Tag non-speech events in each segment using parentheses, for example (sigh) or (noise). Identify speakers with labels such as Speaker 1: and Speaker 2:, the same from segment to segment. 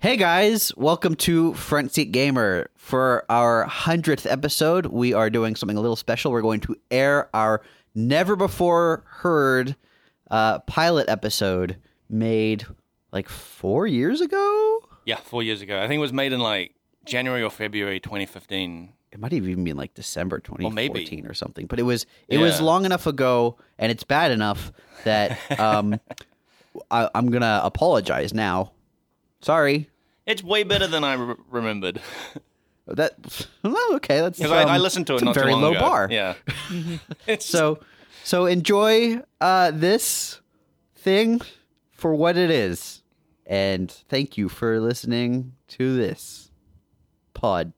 Speaker 1: Hey guys, welcome to Front Seat Gamer. For our 100th episode, we are doing something a little special. We're going to air our never before heard uh, pilot episode made like four years ago.
Speaker 2: Yeah, four years ago. I think it was made in like January or February 2015.
Speaker 1: It might have even been like December 2014
Speaker 2: maybe.
Speaker 1: or something, but it was it was
Speaker 2: Yeah.
Speaker 1: long enough ago and it's bad enough
Speaker 2: (laughs)
Speaker 1: that um, I, I'm going to apologize now. Sorry.
Speaker 2: It's way better than I re- remembered. (laughs)
Speaker 1: That (laughs) well, okay. That's
Speaker 2: Because I, I
Speaker 1: um,
Speaker 2: listened to it
Speaker 1: it's a
Speaker 2: not
Speaker 1: very
Speaker 2: too long
Speaker 1: low
Speaker 2: ago.
Speaker 1: bar. (laughs)
Speaker 2: Yeah. it's
Speaker 1: So so enjoy uh, this thing for what it is, and thank you for listening to this podcast.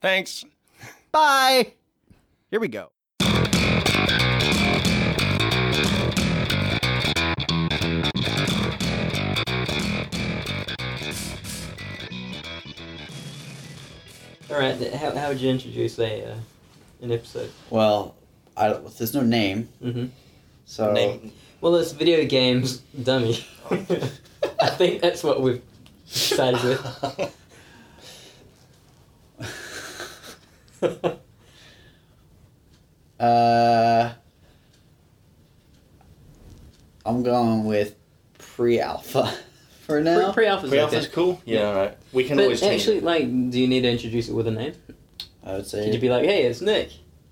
Speaker 2: thanks.
Speaker 1: Bye. Here we go.
Speaker 3: All right. th- How, how would you introduce a uh, an episode?
Speaker 1: Well, I, there's no name,
Speaker 3: Mm-hmm.
Speaker 1: so uh,
Speaker 3: Name. Well, it's video games dummy. (laughs) I think that's what we've started with.
Speaker 1: uh, I'm going with pre-alpha (laughs) for
Speaker 3: Pre- Pre-alpha's
Speaker 4: Pre
Speaker 3: like
Speaker 4: alpha's
Speaker 3: that.
Speaker 4: cool. Yeah, all right. We can always
Speaker 3: But
Speaker 4: change.
Speaker 3: actually,
Speaker 4: it.
Speaker 3: like, do you need to introduce it with a name?
Speaker 1: I would say (laughs)
Speaker 3: Could you be (laughs) like, "Hey, it's Nick,"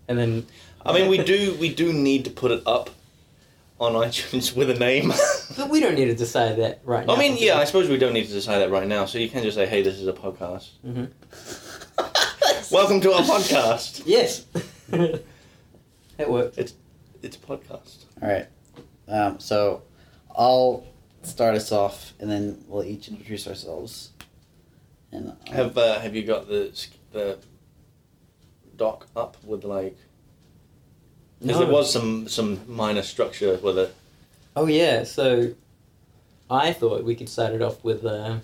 Speaker 3: and then
Speaker 4: I mean, we do we do need to put it up on (laughs) iTunes with a name.
Speaker 3: (laughs)
Speaker 4: (laughs)
Speaker 3: But we don't need to decide that right now.
Speaker 4: I mean, yeah, I suppose we don't need to decide that right now. So you can just say, "Hey, this is a podcast.
Speaker 3: Mhm.
Speaker 4: Welcome to our podcast.
Speaker 3: Yes. (laughs) that worked.
Speaker 4: It's a podcast."
Speaker 1: All right. Um, so I'll start us off, and then we'll each introduce ourselves. And I'll-
Speaker 4: Have uh, Have you got the sk- the doc up with like? Because there was some some minor structure with it.
Speaker 3: Oh yeah, so I thought we could start it off with a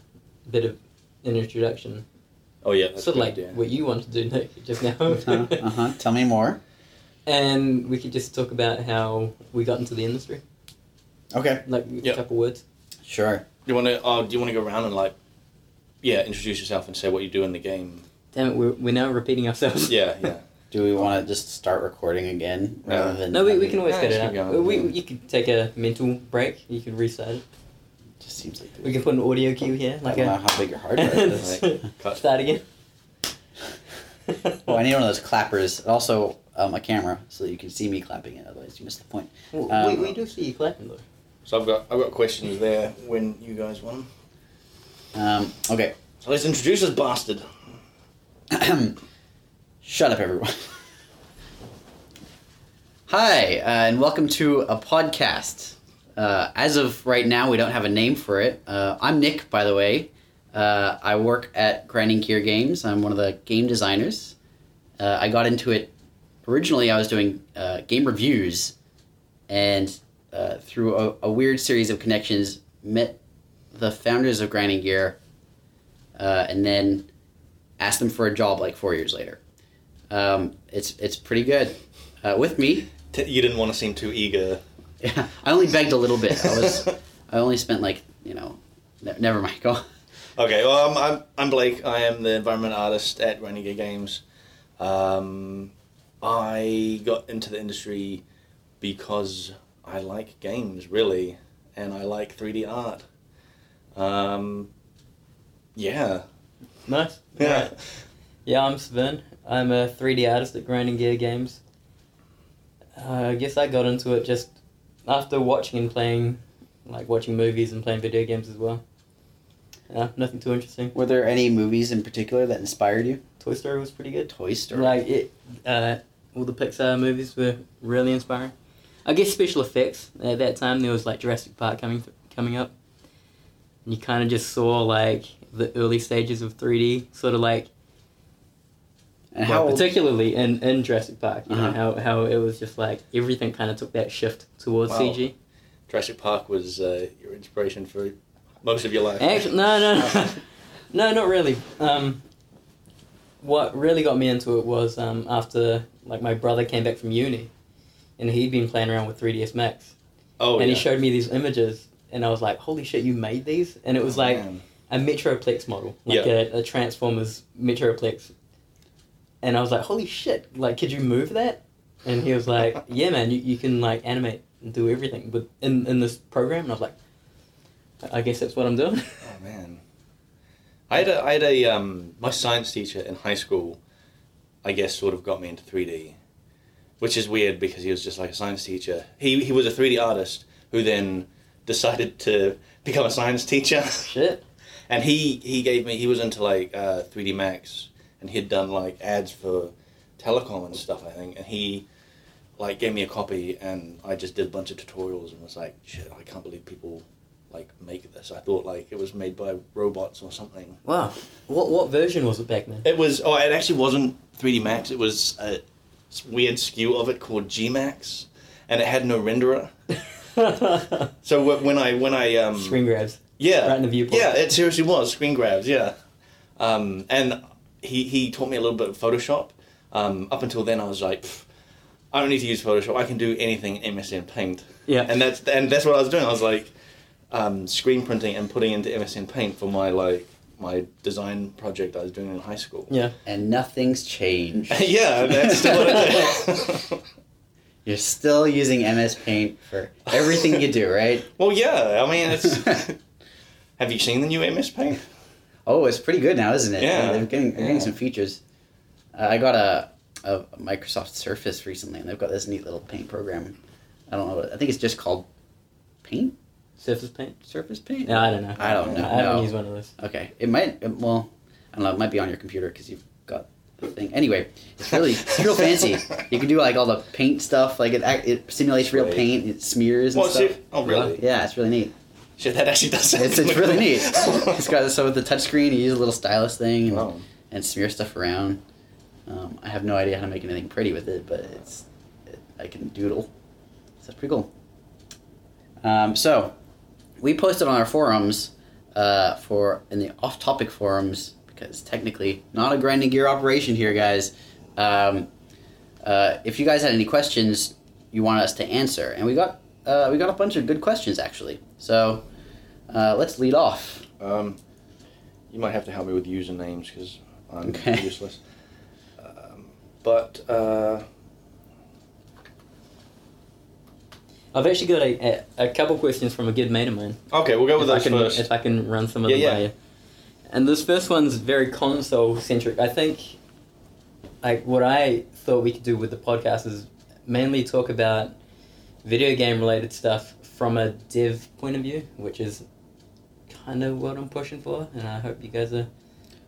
Speaker 3: bit of an introduction,
Speaker 4: Oh yeah, that's
Speaker 3: sort of
Speaker 4: good,
Speaker 3: like
Speaker 4: yeah.
Speaker 3: what you want to do, Nick, just now.
Speaker 1: uh-huh, uh-huh. Tell me more.
Speaker 3: and we could just talk about how we got into the industry,
Speaker 1: Okay.
Speaker 3: like
Speaker 4: Yeah.
Speaker 3: a couple words.
Speaker 1: Sure.
Speaker 4: Do you want to? Oh, do you want to go around and like, yeah, introduce yourself and say what you do in the
Speaker 1: (laughs)
Speaker 4: game?
Speaker 3: Damn it, we're, we're now repeating ourselves.
Speaker 4: Yeah, yeah.
Speaker 1: Do we want to just start recording again
Speaker 4: No.
Speaker 1: rather than?
Speaker 3: (laughs) No, we, we
Speaker 1: I
Speaker 3: can
Speaker 1: mean,
Speaker 3: always
Speaker 4: Yeah,
Speaker 3: cut
Speaker 4: just
Speaker 3: it
Speaker 4: keep
Speaker 3: out.
Speaker 4: going.
Speaker 3: We, we, you could take a mental break. You could restart it.
Speaker 1: it Just seems like.
Speaker 3: We can put an audio cue here,
Speaker 1: I
Speaker 3: like
Speaker 1: don't know
Speaker 3: a
Speaker 1: how big your hard drive
Speaker 3: (laughs)
Speaker 1: is.
Speaker 4: Cut.
Speaker 3: start again.
Speaker 1: Oh, I need one of those clappers. Also, um, a camera so that you can see me clapping it. Otherwise, you miss the point.
Speaker 3: (laughs) we,
Speaker 1: Um,
Speaker 3: we do see you clapping though.
Speaker 4: So I've got I've got questions there when you guys want them.
Speaker 1: Um, okay.
Speaker 4: So let's introduce this bastard.
Speaker 1: (clears throat) Shut up, everyone. (laughs) Hi, uh, and welcome to a podcast. Uh, as of right now, we don't have a name for it. Uh, I'm Nick, by the way. Uh, I work at Grinding Gear Games. I'm one of the game designers. Uh, I got into it originally, I was doing uh, game reviews, and uh, through a, a weird series of connections, met the founders of Grinding Gear, uh, and then asked them for a job like four years later. Um, it's it's pretty good. Uh, with me, (laughs)
Speaker 4: T- you didn't want to seem too eager.
Speaker 1: I only begged a little bit. I
Speaker 4: (laughs)
Speaker 1: was I only spent like you know, ne- never mind. (laughs) Go. on.
Speaker 4: Okay, well I'm, I'm I'm Blake. I am the environment artist at Renegade Games. Um, I got into the industry because I like games really, and I like 3D art. Um, yeah,
Speaker 3: Nice.
Speaker 4: yeah.
Speaker 3: Alright. Yeah, I'm Sven. I'm a 3D artist at Grinding Gear Games. Uh, I guess I got into it just after watching and playing, like watching movies and playing video games as well. Uh, nothing too interesting.
Speaker 1: Were there any movies in particular that inspired you?
Speaker 3: Toy Story was pretty good.
Speaker 1: Toy Story.
Speaker 3: Like it, uh, all the Pixar movies were really inspiring. I guess special effects at that time there was like Jurassic Park coming th- coming up, and you kind of just saw like the early stages of 3D, sort of like
Speaker 1: and
Speaker 3: Well,
Speaker 1: how old,
Speaker 3: particularly in, in Jurassic Park, you
Speaker 1: Uh-huh.
Speaker 3: know, how, how it was just like everything kind of took that shift towards
Speaker 4: Wow.
Speaker 3: CG.
Speaker 4: (laughs) Jurassic Park was uh, your inspiration for most of your life.
Speaker 3: Actually, no, no, no, no, not really. Um, what really got me into it was um, after like my brother came back from uni, and he'd been playing around with 3ds Max,
Speaker 4: (laughs) Oh,
Speaker 3: and
Speaker 4: yeah.
Speaker 3: he showed me these images, and I was like, holy shit, you made these? And it was like
Speaker 4: Oh, Man.
Speaker 3: a Metroplex model, like
Speaker 4: Yeah.
Speaker 3: a, a Transformers Metroplex. And I was like, holy shit, like, could you move that? And he was like, yeah, man, you, you can like animate and do everything with, in, in this program. And I was like, "I- I guess that's what I'm doing. (laughs)
Speaker 4: Oh man, I had a, I had a um, my science teacher in high school, I guess sort of got me into three D, which is weird because he was just like a science teacher. He he was a three D artist who then decided to become a science teacher, (laughs)
Speaker 3: shit.
Speaker 4: and he he gave me he was into like uh, three D Max, and he had done like ads for telecom and stuff I think, and he. Like gave me a copy and I just did a bunch of tutorials and was like, shit, I can't believe people like make this. I thought like it was made by robots or something.
Speaker 3: Wow. What, what version was it back then?
Speaker 4: It was. Oh, it actually wasn't 3D Max. It was a s- weird skew of it called Gmax, and it had no renderer. So wh- when I when I um
Speaker 3: (laughs) Screen grabs.
Speaker 4: yeah
Speaker 3: right in the viewport.
Speaker 4: yeah it seriously was screen grabs yeah, um and he he taught me a little bit of Photoshop. Um, up until then I was like. "Pff, I don't need to use Photoshop. I can do anything in MSN Paint.
Speaker 3: Yeah.
Speaker 4: and that's and that's what I was doing. I was like, um, screen printing and putting into MSN Paint for my like my design project I was doing in high school.
Speaker 3: Yeah.
Speaker 1: And nothing's (laughs) changed.
Speaker 4: (laughs) yeah, that's
Speaker 1: (laughs)
Speaker 4: still what I do.
Speaker 1: You're still using MS Paint for everything you do, right?
Speaker 4: well, yeah, I mean, it's. (laughs)
Speaker 1: (laughs)
Speaker 4: have you seen the new MS Paint?
Speaker 1: Oh, it's pretty good now, isn't it?
Speaker 4: Yeah.
Speaker 1: They're getting, they're getting
Speaker 4: Yeah.
Speaker 1: some features. Uh, I got a, a Microsoft Surface recently, and they've got this neat little paint program. I don't know. What, I think it's just called Paint
Speaker 3: Surface paint?
Speaker 1: Surface Paint.
Speaker 3: No, I don't know.
Speaker 1: I don't know.
Speaker 3: I haven't
Speaker 1: No.
Speaker 3: used one of those.
Speaker 1: Okay, it might. it- Well, I don't know. It might be on your computer because you've got the thing. Anyway, it's really it's
Speaker 4: (laughs)
Speaker 1: real fancy. You can do like all the paint stuff. Like it, act- it simulates real
Speaker 4: Right.
Speaker 1: paint. It smears and
Speaker 4: Well,
Speaker 1: stuff.
Speaker 4: see, oh, really?
Speaker 1: Yeah, it's really neat.
Speaker 4: Shit, that actually does sound
Speaker 1: It's, it's really
Speaker 4: cool. (laughs)
Speaker 1: neat. It's got so with the touchscreen, you use a little stylus thing and,
Speaker 4: Wow.
Speaker 1: and smear stuff around. Um, I have no idea how to make anything pretty with it, but it's it, I can doodle. So that's pretty cool. Um, so we posted on our forums uh, for in the off-topic forums because technically not a grinding gear operation here, guys. Um, uh, if you guys had any questions you want us to answer, and we got uh, we got a bunch of good questions actually. So uh, let's lead off.
Speaker 4: Um, you might have to help me with usernames because I'm
Speaker 1: Okay.
Speaker 4: (laughs) useless. Um, but uh,
Speaker 3: I've actually got a, a, a couple questions from a good mate of mine.
Speaker 4: okay, we'll go
Speaker 3: if
Speaker 4: with
Speaker 3: I
Speaker 4: those
Speaker 3: can,
Speaker 4: first.
Speaker 3: If I can run some of
Speaker 4: Yeah,
Speaker 3: them by
Speaker 4: yeah.
Speaker 3: you. And this first one's very console centric. I think, like what I thought we could do with the podcast is mainly talk about video game related stuff from a dev point of view, which is kind of what I'm pushing for, and I hope you guys are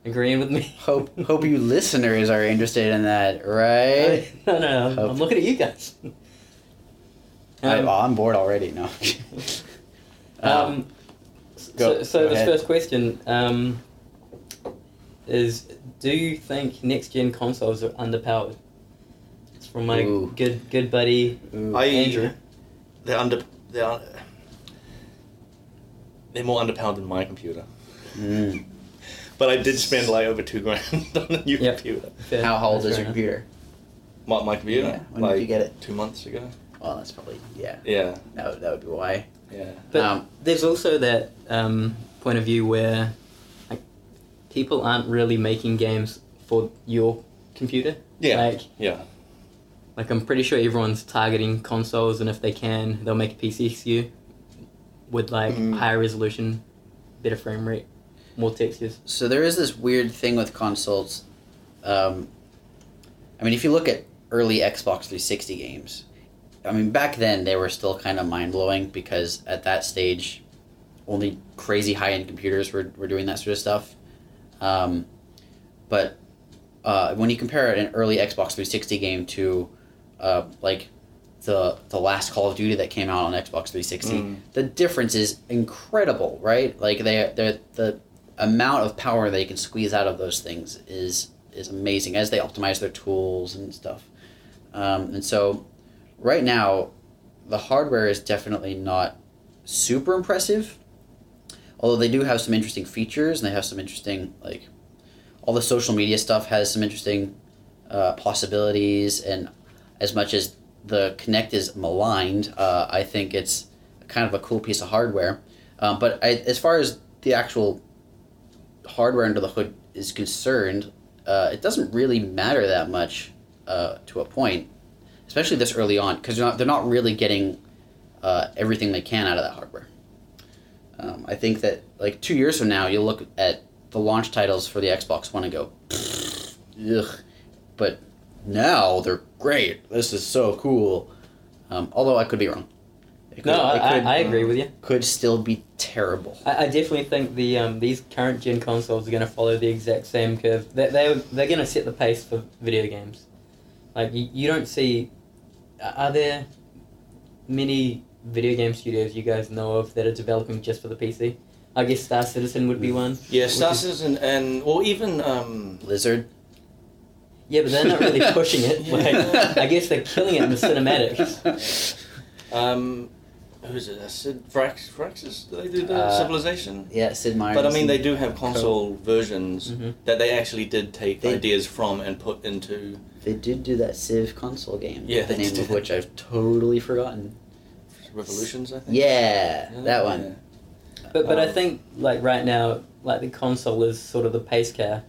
Speaker 3: agreeing with me.
Speaker 1: Hope hope you listeners are interested in that, right?
Speaker 3: (laughs) no, no, no, I'm, I'm
Speaker 1: Hope.
Speaker 3: looking at you guys. Um,
Speaker 1: I'm on board already. No. um,
Speaker 3: Um,
Speaker 1: Go-
Speaker 3: so, so
Speaker 1: go
Speaker 3: this
Speaker 1: ahead.
Speaker 3: first question um, is: Do you think next gen consoles are underpowered? It's from my
Speaker 1: Ooh.
Speaker 3: good good buddy
Speaker 1: Uh, ooh.
Speaker 4: (laughs) I- E,
Speaker 3: Andrew.
Speaker 4: they're under. They're, un- they're more underpowered than my computer.
Speaker 1: Mm.
Speaker 4: But I did spend like over two grand (laughs) on a new
Speaker 3: Yep.
Speaker 4: computer.
Speaker 3: Fair-
Speaker 1: How old
Speaker 3: that's
Speaker 1: is your
Speaker 3: fair enough.
Speaker 1: computer?
Speaker 4: My, my computer.
Speaker 1: Yeah, when did
Speaker 4: like
Speaker 1: you get it?
Speaker 4: Two months ago.
Speaker 1: Well, that's probably yeah.
Speaker 4: Yeah,
Speaker 1: That would, that would be why.
Speaker 4: yeah.
Speaker 3: But
Speaker 1: Um,
Speaker 3: there's also that um, point of view where like, people aren't really making games for your computer.
Speaker 4: Yeah.
Speaker 3: Like,
Speaker 4: Yeah.
Speaker 3: like I'm pretty sure everyone's targeting consoles, and if they can, they'll make a PC SKU with like
Speaker 4: Mm.
Speaker 3: higher resolution, better frame rate, more textures.
Speaker 1: so there is this weird thing with consoles. Um, I mean, if you look at early Xbox 360 games, I mean, back then they were still kind of mind blowing because at that stage, only crazy high end computers were, were doing that sort of stuff. Um, but uh, when you compare an early Xbox 360 game to uh, like the the last Call of Duty that came out on Xbox 360,
Speaker 4: Mm.
Speaker 1: the difference is incredible, right? Like they they the amount of power they can squeeze out of those things is is amazing as they optimize their tools and stuff. Um, and so, right now, the hardware is definitely not super impressive. Although they do have some interesting features and they have some interesting like all the social media stuff has some interesting uh, possibilities and as much as the Kinect is maligned, uh, I think it's kind of a cool piece of hardware. Um, but I, as far as the actual hardware under the hood is concerned, uh, it doesn't really matter that much uh, to a point, especially this early on, because they're not, they're not really getting uh, everything they can out of that hardware. Um, I think that like two years from now, you'll look at the launch titles for the Xbox One and go, ugh. But now they're great. This is so cool. Um, although I could be wrong. It could-
Speaker 3: No, I,
Speaker 1: it could-
Speaker 3: I, I agree with you.
Speaker 1: could still be terrible.
Speaker 3: I, I definitely think the um, these current gen consoles are going to follow the exact same curve. They they they're going to set the pace for video games. Like you, you don't see, are are there many video game studios you guys know of that are developing just for the PC? I guess Star Citizen would be one.
Speaker 4: Yeah,
Speaker 3: Which
Speaker 4: Star
Speaker 3: is-
Speaker 4: Citizen and or even um,
Speaker 1: Blizzard.
Speaker 3: Yeah, but they're
Speaker 1: (laughs)
Speaker 3: not really pushing it. Like, I guess they're killing it in the cinematics.
Speaker 4: um, who is it? Uh, Sid Frax, Fraxis? Do they do that?
Speaker 1: Uh,
Speaker 4: Civilization.
Speaker 1: Yeah, Sid Meier's.
Speaker 4: But I mean, they do have console versions
Speaker 3: Mhm.
Speaker 4: that they actually did take
Speaker 1: Mm-hmm. They-
Speaker 4: ideas from and put into.
Speaker 1: they did do that Civ console game.
Speaker 4: Yeah,
Speaker 1: the
Speaker 4: they
Speaker 1: name
Speaker 4: did.
Speaker 1: of which I've totally forgotten.
Speaker 4: Revolutions, I think.
Speaker 1: Yeah,
Speaker 4: Yeah,
Speaker 1: that one.
Speaker 3: But but I
Speaker 4: Um,
Speaker 3: think like right now, like the console is sort of the pace car,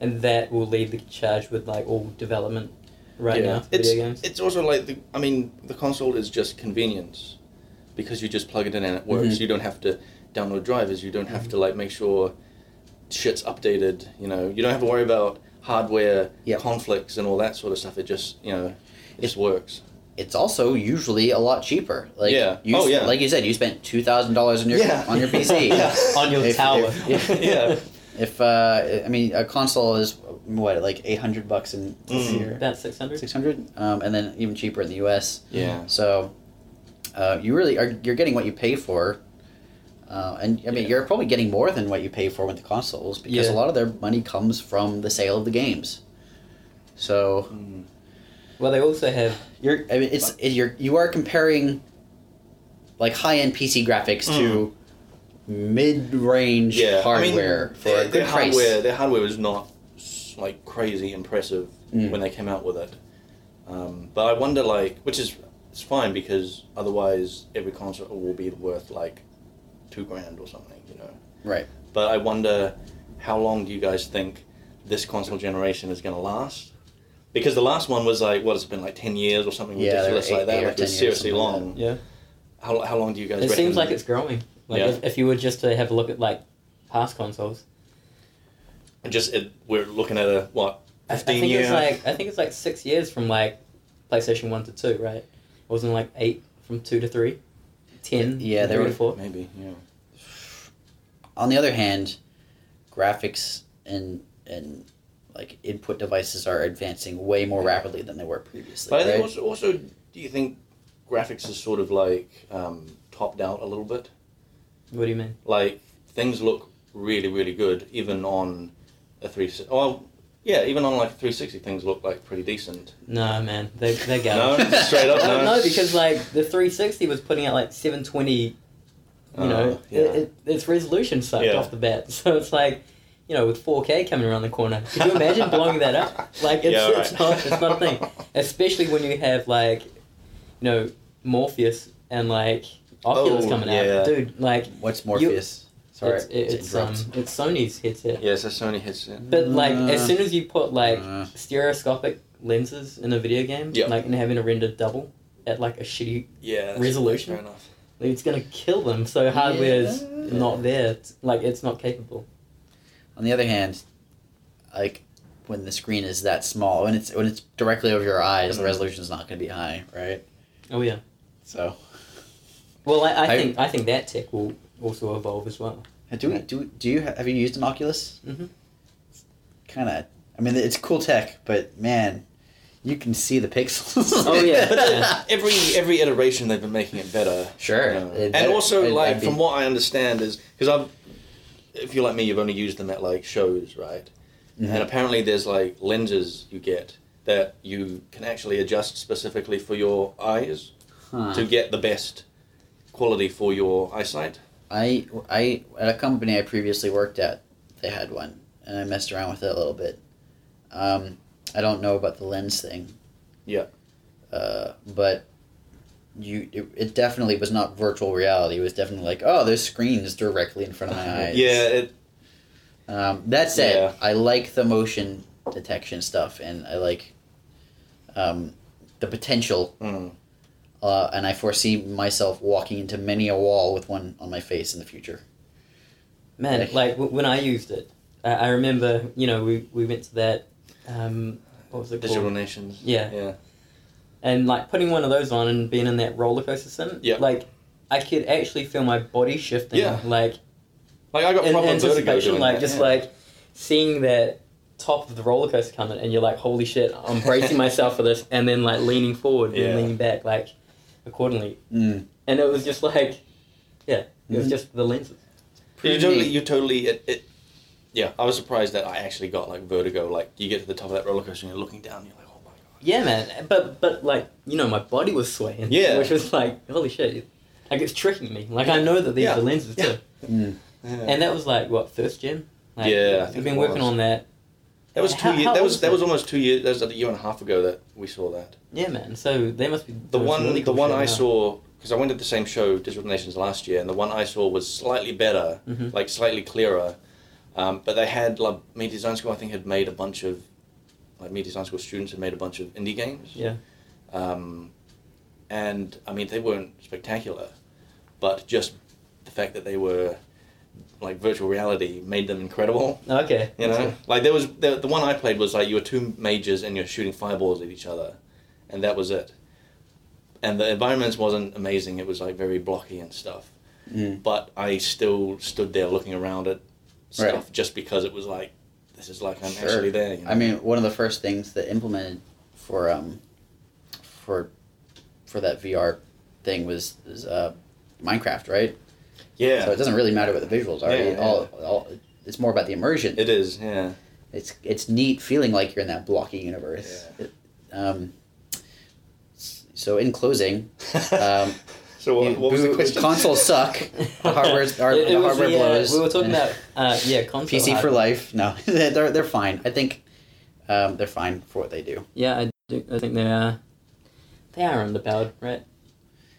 Speaker 3: and that will lead the charge with like all development right
Speaker 4: Yeah.
Speaker 3: now for video games.
Speaker 4: It's also like the. I mean, the console is just convenience, because you just plug it in and it works.
Speaker 1: Mhm.
Speaker 4: You don't have to download drivers. You don't have to like make sure shit's updated. You know, you don't have to worry about hardware
Speaker 1: Yep.
Speaker 4: conflicts and all that sort of stuff. It just you know, it
Speaker 1: (laughs)
Speaker 4: just works. (laughs)
Speaker 1: It's also usually a lot cheaper. Like
Speaker 4: Yeah.
Speaker 1: you,
Speaker 4: Oh, yeah.
Speaker 1: like you said, you spent two thousand dollars on your
Speaker 4: Yeah.
Speaker 1: (laughs) on
Speaker 4: (laughs)
Speaker 1: your
Speaker 3: (laughs)
Speaker 1: PC.
Speaker 4: Yeah.
Speaker 3: On your
Speaker 1: If-
Speaker 3: tower.
Speaker 1: if- if-
Speaker 4: (laughs) yeah.
Speaker 1: If uh, I mean, a console is what like eight hundred bucks in
Speaker 4: Mm.
Speaker 1: here,
Speaker 3: About six hundred.
Speaker 1: six hundred, um, and then even cheaper in the U.S.
Speaker 4: Yeah.
Speaker 1: So uh, you really are you're getting what you pay for. Uh, and I mean,
Speaker 4: Yeah.
Speaker 1: you're probably getting more than what you pay for with the consoles because
Speaker 3: Yeah.
Speaker 1: a lot of their money comes from the sale of the games. So
Speaker 4: Mm.
Speaker 3: Well, they also have
Speaker 1: you're, I mean, it's it, you're you are comparing like high end PC graphics to mid range
Speaker 4: Mm. Yeah,
Speaker 1: hardware
Speaker 4: I mean,
Speaker 1: for
Speaker 4: their,
Speaker 1: a
Speaker 4: their
Speaker 1: good price.
Speaker 4: hardware. Their hardware was not s- like crazy impressive
Speaker 1: Mm.
Speaker 4: when they came out with it. Um, but I wonder, like, which is it's fine because otherwise every console will be worth like two grand or something, you know.
Speaker 1: Right.
Speaker 4: But I wonder how long do you guys think this console generation is going to last? Because the last one was like, what, it's been like 10 years or something
Speaker 1: Yeah, they were
Speaker 4: ridiculous
Speaker 1: eight-
Speaker 4: like
Speaker 1: eight
Speaker 4: that.
Speaker 1: or
Speaker 4: Like, it's
Speaker 1: 10 years,
Speaker 4: seriously
Speaker 1: something like
Speaker 4: long.
Speaker 3: yeah.
Speaker 4: How, how long do you guys
Speaker 3: It
Speaker 4: reckon?
Speaker 3: seems like it's growing. Like
Speaker 4: Yeah.
Speaker 3: if, if you were just to have a look at like past consoles,
Speaker 4: And just, it, we're looking at a, what,
Speaker 3: I, I
Speaker 4: 15
Speaker 3: think
Speaker 4: year?
Speaker 3: it's like I think it's like six years from like PlayStation one to two, right? It wasn't like eight from two to three. Ten.
Speaker 1: Yeah,
Speaker 3: from
Speaker 1: they
Speaker 3: three
Speaker 1: were-
Speaker 3: to four.
Speaker 4: Maybe, yeah.
Speaker 1: on the other hand, graphics and and like input devices are advancing way more rapidly than they were previously.
Speaker 4: But I think
Speaker 1: right?
Speaker 4: also, also, do you think graphics is sort of like um, topped out a little bit?
Speaker 3: What do you mean?
Speaker 4: Like things look really, really good even on a three. Well, yeah, even on like three sixty, things look like pretty decent.
Speaker 3: No, man, they they
Speaker 4: (laughs) No,
Speaker 3: got it.
Speaker 4: straight up.
Speaker 3: no,
Speaker 4: No,
Speaker 3: no, because like the 360 was putting out like 720. You
Speaker 4: Uh,
Speaker 3: know,
Speaker 4: yeah.
Speaker 3: it, it, its resolution sucked
Speaker 4: Yeah.
Speaker 3: off the bat. (laughs) So it's like, you know, with 4K coming around the corner, could you imagine blowing that up? Like it's,
Speaker 4: Yeah,
Speaker 3: it's
Speaker 4: right.
Speaker 3: not it's not a thing, especially when you have like, you know, Morpheus and like Oculus
Speaker 4: Oh,
Speaker 3: coming
Speaker 4: yeah.
Speaker 3: out, dude. Like
Speaker 1: What's Morpheus? Sorry,
Speaker 3: it's it's,
Speaker 1: to
Speaker 3: um,
Speaker 1: interrupt.
Speaker 3: it's Sony's headset.
Speaker 4: yeah, it's a Sony headset.
Speaker 3: But like, as
Speaker 1: Uh,
Speaker 3: soon as you put like
Speaker 1: uh.
Speaker 3: stereoscopic lenses in a video game,
Speaker 4: Yeah.
Speaker 3: like and having to render double at like a shitty
Speaker 4: Yeah, that's
Speaker 3: Resolution?
Speaker 4: Fair enough.
Speaker 3: Like, It's gonna kill them, so hardware's
Speaker 1: Yeah.
Speaker 3: not there. It's, like it's not capable.
Speaker 1: on the other hand, like when the screen is that small, when it's when it's directly over your eyes, the
Speaker 3: Mm-hmm.
Speaker 4: Mhm.
Speaker 1: resolution is not going to be high, right?
Speaker 3: Oh yeah.
Speaker 1: So
Speaker 3: Well, I, I
Speaker 1: I-
Speaker 3: think I think that tech will also evolve as well.
Speaker 1: do we, do do you have you used an Oculus?
Speaker 3: Mhm.
Speaker 1: Kind of. I mean, it's cool tech, but man, you can see the pixels.
Speaker 3: Oh,
Speaker 1: (laughs)
Speaker 3: yeah.
Speaker 4: But then every every iteration they've been making it better.
Speaker 1: Sure.
Speaker 4: you know.
Speaker 1: It-
Speaker 4: and also
Speaker 1: it-
Speaker 4: like
Speaker 1: I'd be-
Speaker 4: from what I understand is because I've if you're like me you've only used them at like shows right
Speaker 3: Mm-hmm.
Speaker 1: Mhm.
Speaker 4: and apparently there's like lenses you get that you can actually adjust specifically for your eyes
Speaker 1: (laughs)
Speaker 3: Uh-huh.
Speaker 1: Huh.
Speaker 4: to get the best quality for your eyesight
Speaker 1: I I at a company I previously worked at, they had one, and I messed around with it a little bit. Um, I don't know about the lens thing.
Speaker 4: Yeah.
Speaker 1: Uh, but you it, it definitely was not virtual reality. It was definitely like, oh, there's screens directly in front of my
Speaker 4: (laughs)
Speaker 1: eyes.
Speaker 4: Yeah, it,
Speaker 1: Um, that said,
Speaker 4: Yeah.
Speaker 1: I like the motion detection stuff, and I like um, the potential.
Speaker 3: Hmm.
Speaker 4: mm.
Speaker 1: Uh, and I foresee myself walking into many a wall with one on my face in the future.
Speaker 3: Man,
Speaker 1: Like-
Speaker 3: like w- when I used it, I, I remember you know we, we went to that. Um, what was it
Speaker 4: digital
Speaker 3: called?
Speaker 4: nations.
Speaker 3: Yeah.
Speaker 4: yeah.
Speaker 3: And like putting one of those on and being in that roller coaster sim.
Speaker 4: Yeah.
Speaker 3: Like, I could actually feel my body shifting.
Speaker 4: Yeah.
Speaker 3: Like
Speaker 4: Like I got
Speaker 3: in
Speaker 4: proper vertigo
Speaker 3: anticipation,
Speaker 4: doing
Speaker 3: like
Speaker 4: that,
Speaker 3: just
Speaker 4: yeah.
Speaker 3: like seeing that top of the roller coaster coming, and you're like, holy shit, I'm bracing myself for this, and then like leaning forward and
Speaker 4: Yeah.
Speaker 3: leaning back, like accordingly.
Speaker 1: Mm.
Speaker 3: And it was just like, yeah, it
Speaker 4: Mm-hmm.
Speaker 3: was just the lenses.
Speaker 4: you
Speaker 1: Pretty
Speaker 4: totally,
Speaker 1: neat.
Speaker 4: you totally. It, it, yeah, I was surprised that I actually got like vertigo. Like you get to the top of that roller coaster and you're looking down. And you're like, oh my god.
Speaker 3: Yeah, man. But but like you know, my body was swaying.
Speaker 4: Yeah.
Speaker 3: Which was like, holy shit. Like it's tricking me. Like I know that these
Speaker 4: Yeah.
Speaker 3: are lenses too.
Speaker 4: Yeah.
Speaker 1: Mm.
Speaker 4: And
Speaker 3: And that was like what first gen. Like,
Speaker 4: Yeah, I
Speaker 3: I've
Speaker 4: think
Speaker 3: been
Speaker 4: it
Speaker 3: working
Speaker 4: was.
Speaker 3: on that.
Speaker 4: that was two
Speaker 3: How-
Speaker 4: years.
Speaker 3: how
Speaker 4: That
Speaker 3: old
Speaker 4: was
Speaker 3: is
Speaker 4: that
Speaker 3: it?
Speaker 4: was almost two years. That was like a year and a half ago that we saw that.
Speaker 3: Yeah, man. So they must be
Speaker 4: The
Speaker 3: doing some
Speaker 4: one,
Speaker 3: really
Speaker 4: the
Speaker 3: cool
Speaker 4: one
Speaker 3: shit
Speaker 4: I
Speaker 3: now.
Speaker 4: saw because I went to the same show, Digital Nations, last year, and the one I saw was slightly better,
Speaker 3: Mhm.
Speaker 4: like slightly clearer. Um, but they had like Media Design School. I think had made a bunch of like Media Design School students had made a bunch of indie games.
Speaker 3: Yeah.
Speaker 4: Um, and I mean, they weren't spectacular, but just the fact that they were like virtual reality made them incredible.
Speaker 3: Okay.
Speaker 4: You know, like there was the, the one I played was like you were two mages and you're shooting fireballs at each other, and that was it. And the environments wasn't amazing. It was like very blocky and stuff.
Speaker 1: Mm.
Speaker 4: But I still stood there looking around at stuff
Speaker 1: Right.
Speaker 4: just because it was like this is like I'm
Speaker 1: Sure.
Speaker 4: actually there. You know?
Speaker 1: I mean, one of the first things that implemented for um, for for that VR thing was, was uh, Minecraft, right?
Speaker 4: yeah,
Speaker 1: So it doesn't really matter what the visuals are.
Speaker 4: Yeah,
Speaker 1: It All, all it's more about the immersion.
Speaker 4: it is. Yeah,
Speaker 1: it's it's neat feeling like you're in that blocky universe. It- um, s- so in closing, um,
Speaker 4: (laughs) so what,
Speaker 1: you-
Speaker 4: what was the
Speaker 1: boo-
Speaker 4: question?
Speaker 1: consoles suck. The hardware's- our-
Speaker 3: (laughs) It- it
Speaker 1: the
Speaker 3: was
Speaker 1: hardware
Speaker 3: the, uh,
Speaker 1: blows.
Speaker 3: we
Speaker 1: (laughs)
Speaker 3: were talking about uh, yeah, console
Speaker 1: PC for
Speaker 3: hardware.
Speaker 1: life. No, (laughs) they're they're fine. I think um, they're fine for what they do.
Speaker 3: Yeah, I, do, I think they are. They are underpowered, right?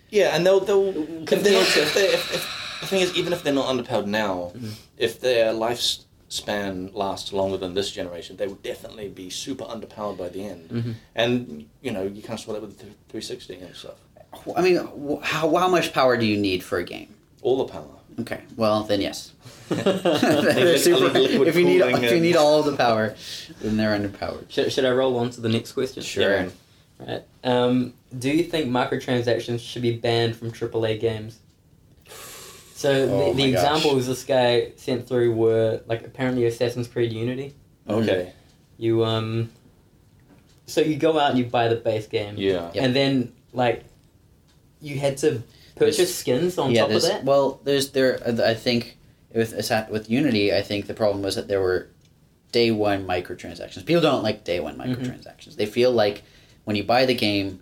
Speaker 4: Yeah, and they'll they'll if they're not,
Speaker 3: to-
Speaker 4: if they if, if, the thing is even if they're not underpowered now,
Speaker 3: Mhm.
Speaker 4: if their lifespan lasts longer than this generation, they will definitely be super underpowered by the end.
Speaker 3: Mhm.
Speaker 4: And you know you can't saw that with the three sixty and stuff.
Speaker 1: I mean, wh- how how much power do you need for a game?
Speaker 4: All the
Speaker 1: (laughs)
Speaker 4: power.
Speaker 1: Okay, well then
Speaker 4: (laughs)
Speaker 1: yes.
Speaker 4: li-
Speaker 1: They're super-
Speaker 4: they
Speaker 1: (laughs)
Speaker 4: liquid
Speaker 1: if you need
Speaker 4: cooling
Speaker 1: if you
Speaker 4: and-
Speaker 1: need all the power, then they're underpowered.
Speaker 3: Should, should I roll on to the next question?
Speaker 1: Sure.
Speaker 4: Yeah.
Speaker 3: Right. Um, do you think microtransactions should be banned from AAA games? So
Speaker 1: Oh
Speaker 3: the, the
Speaker 1: my gosh.
Speaker 3: examples this guy sent through were like apparently Assassin's Creed Unity.
Speaker 4: Okay.
Speaker 3: You um, so you go out and you buy the base game,
Speaker 4: Yeah.
Speaker 1: Yep.
Speaker 3: and then like you had to purchase
Speaker 1: There's-
Speaker 3: skins on
Speaker 1: yeah,
Speaker 3: top of
Speaker 1: there's-
Speaker 3: that.
Speaker 1: Well, there's there. uh, I think with Assa- with Unity, I think the problem was that there were day one microtransactions. People don't like day one
Speaker 3: Mhm.
Speaker 1: microtransactions. They feel like when you buy the game,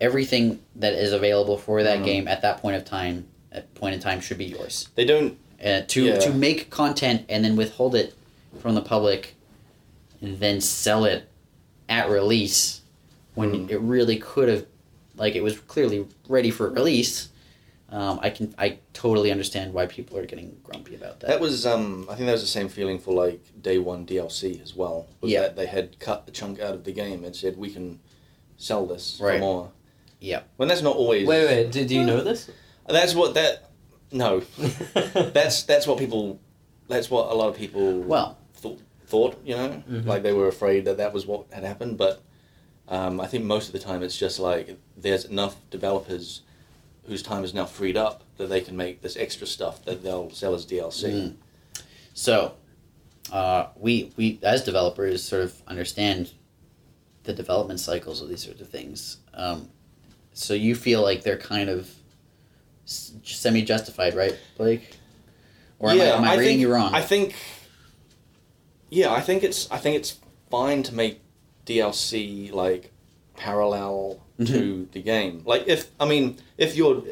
Speaker 1: everything that is available for that
Speaker 4: Mhm.
Speaker 3: Mm-hmm.
Speaker 1: game at that point of time, at point in time, should be yours.
Speaker 4: They don't.
Speaker 1: Uh, to
Speaker 4: Yeah.
Speaker 1: to make content and then withhold it from the public, and then sell it at release when
Speaker 4: Mhm.
Speaker 1: it really could have, like it was clearly ready for release. Um, I can I totally understand why people are getting grumpy about that.
Speaker 4: That was um. I think that was the same feeling for like day one DLC as well. Was
Speaker 1: Yeah.
Speaker 4: That they had cut a chunk out of the game and said we can sell this
Speaker 1: Right.
Speaker 4: for more.
Speaker 1: Yeah.
Speaker 4: When that's not always.
Speaker 3: Wait, wait, do, do you know this?
Speaker 4: That's what that. No, that's that's what people. That's what a lot of people
Speaker 1: well,
Speaker 4: th- thought. You know,
Speaker 3: Mhm.
Speaker 4: like they were afraid that that was what had happened. But um, I think most of the time it's just like there's enough developers whose time is now freed up that they can make this extra stuff that they'll sell as DLC.
Speaker 1: Mm. so uh, we we as developers sort of understand the development cycles of these sorts of things. Um, so you feel like they're kind of semi justified, right, Blake? Or am I, am I, reading
Speaker 4: think,
Speaker 1: you wrong?
Speaker 4: I think. Yeah, I think it's I think it's fine to make DLC like parallel
Speaker 1: Mm-hmm.
Speaker 4: to the game. Like if I mean if your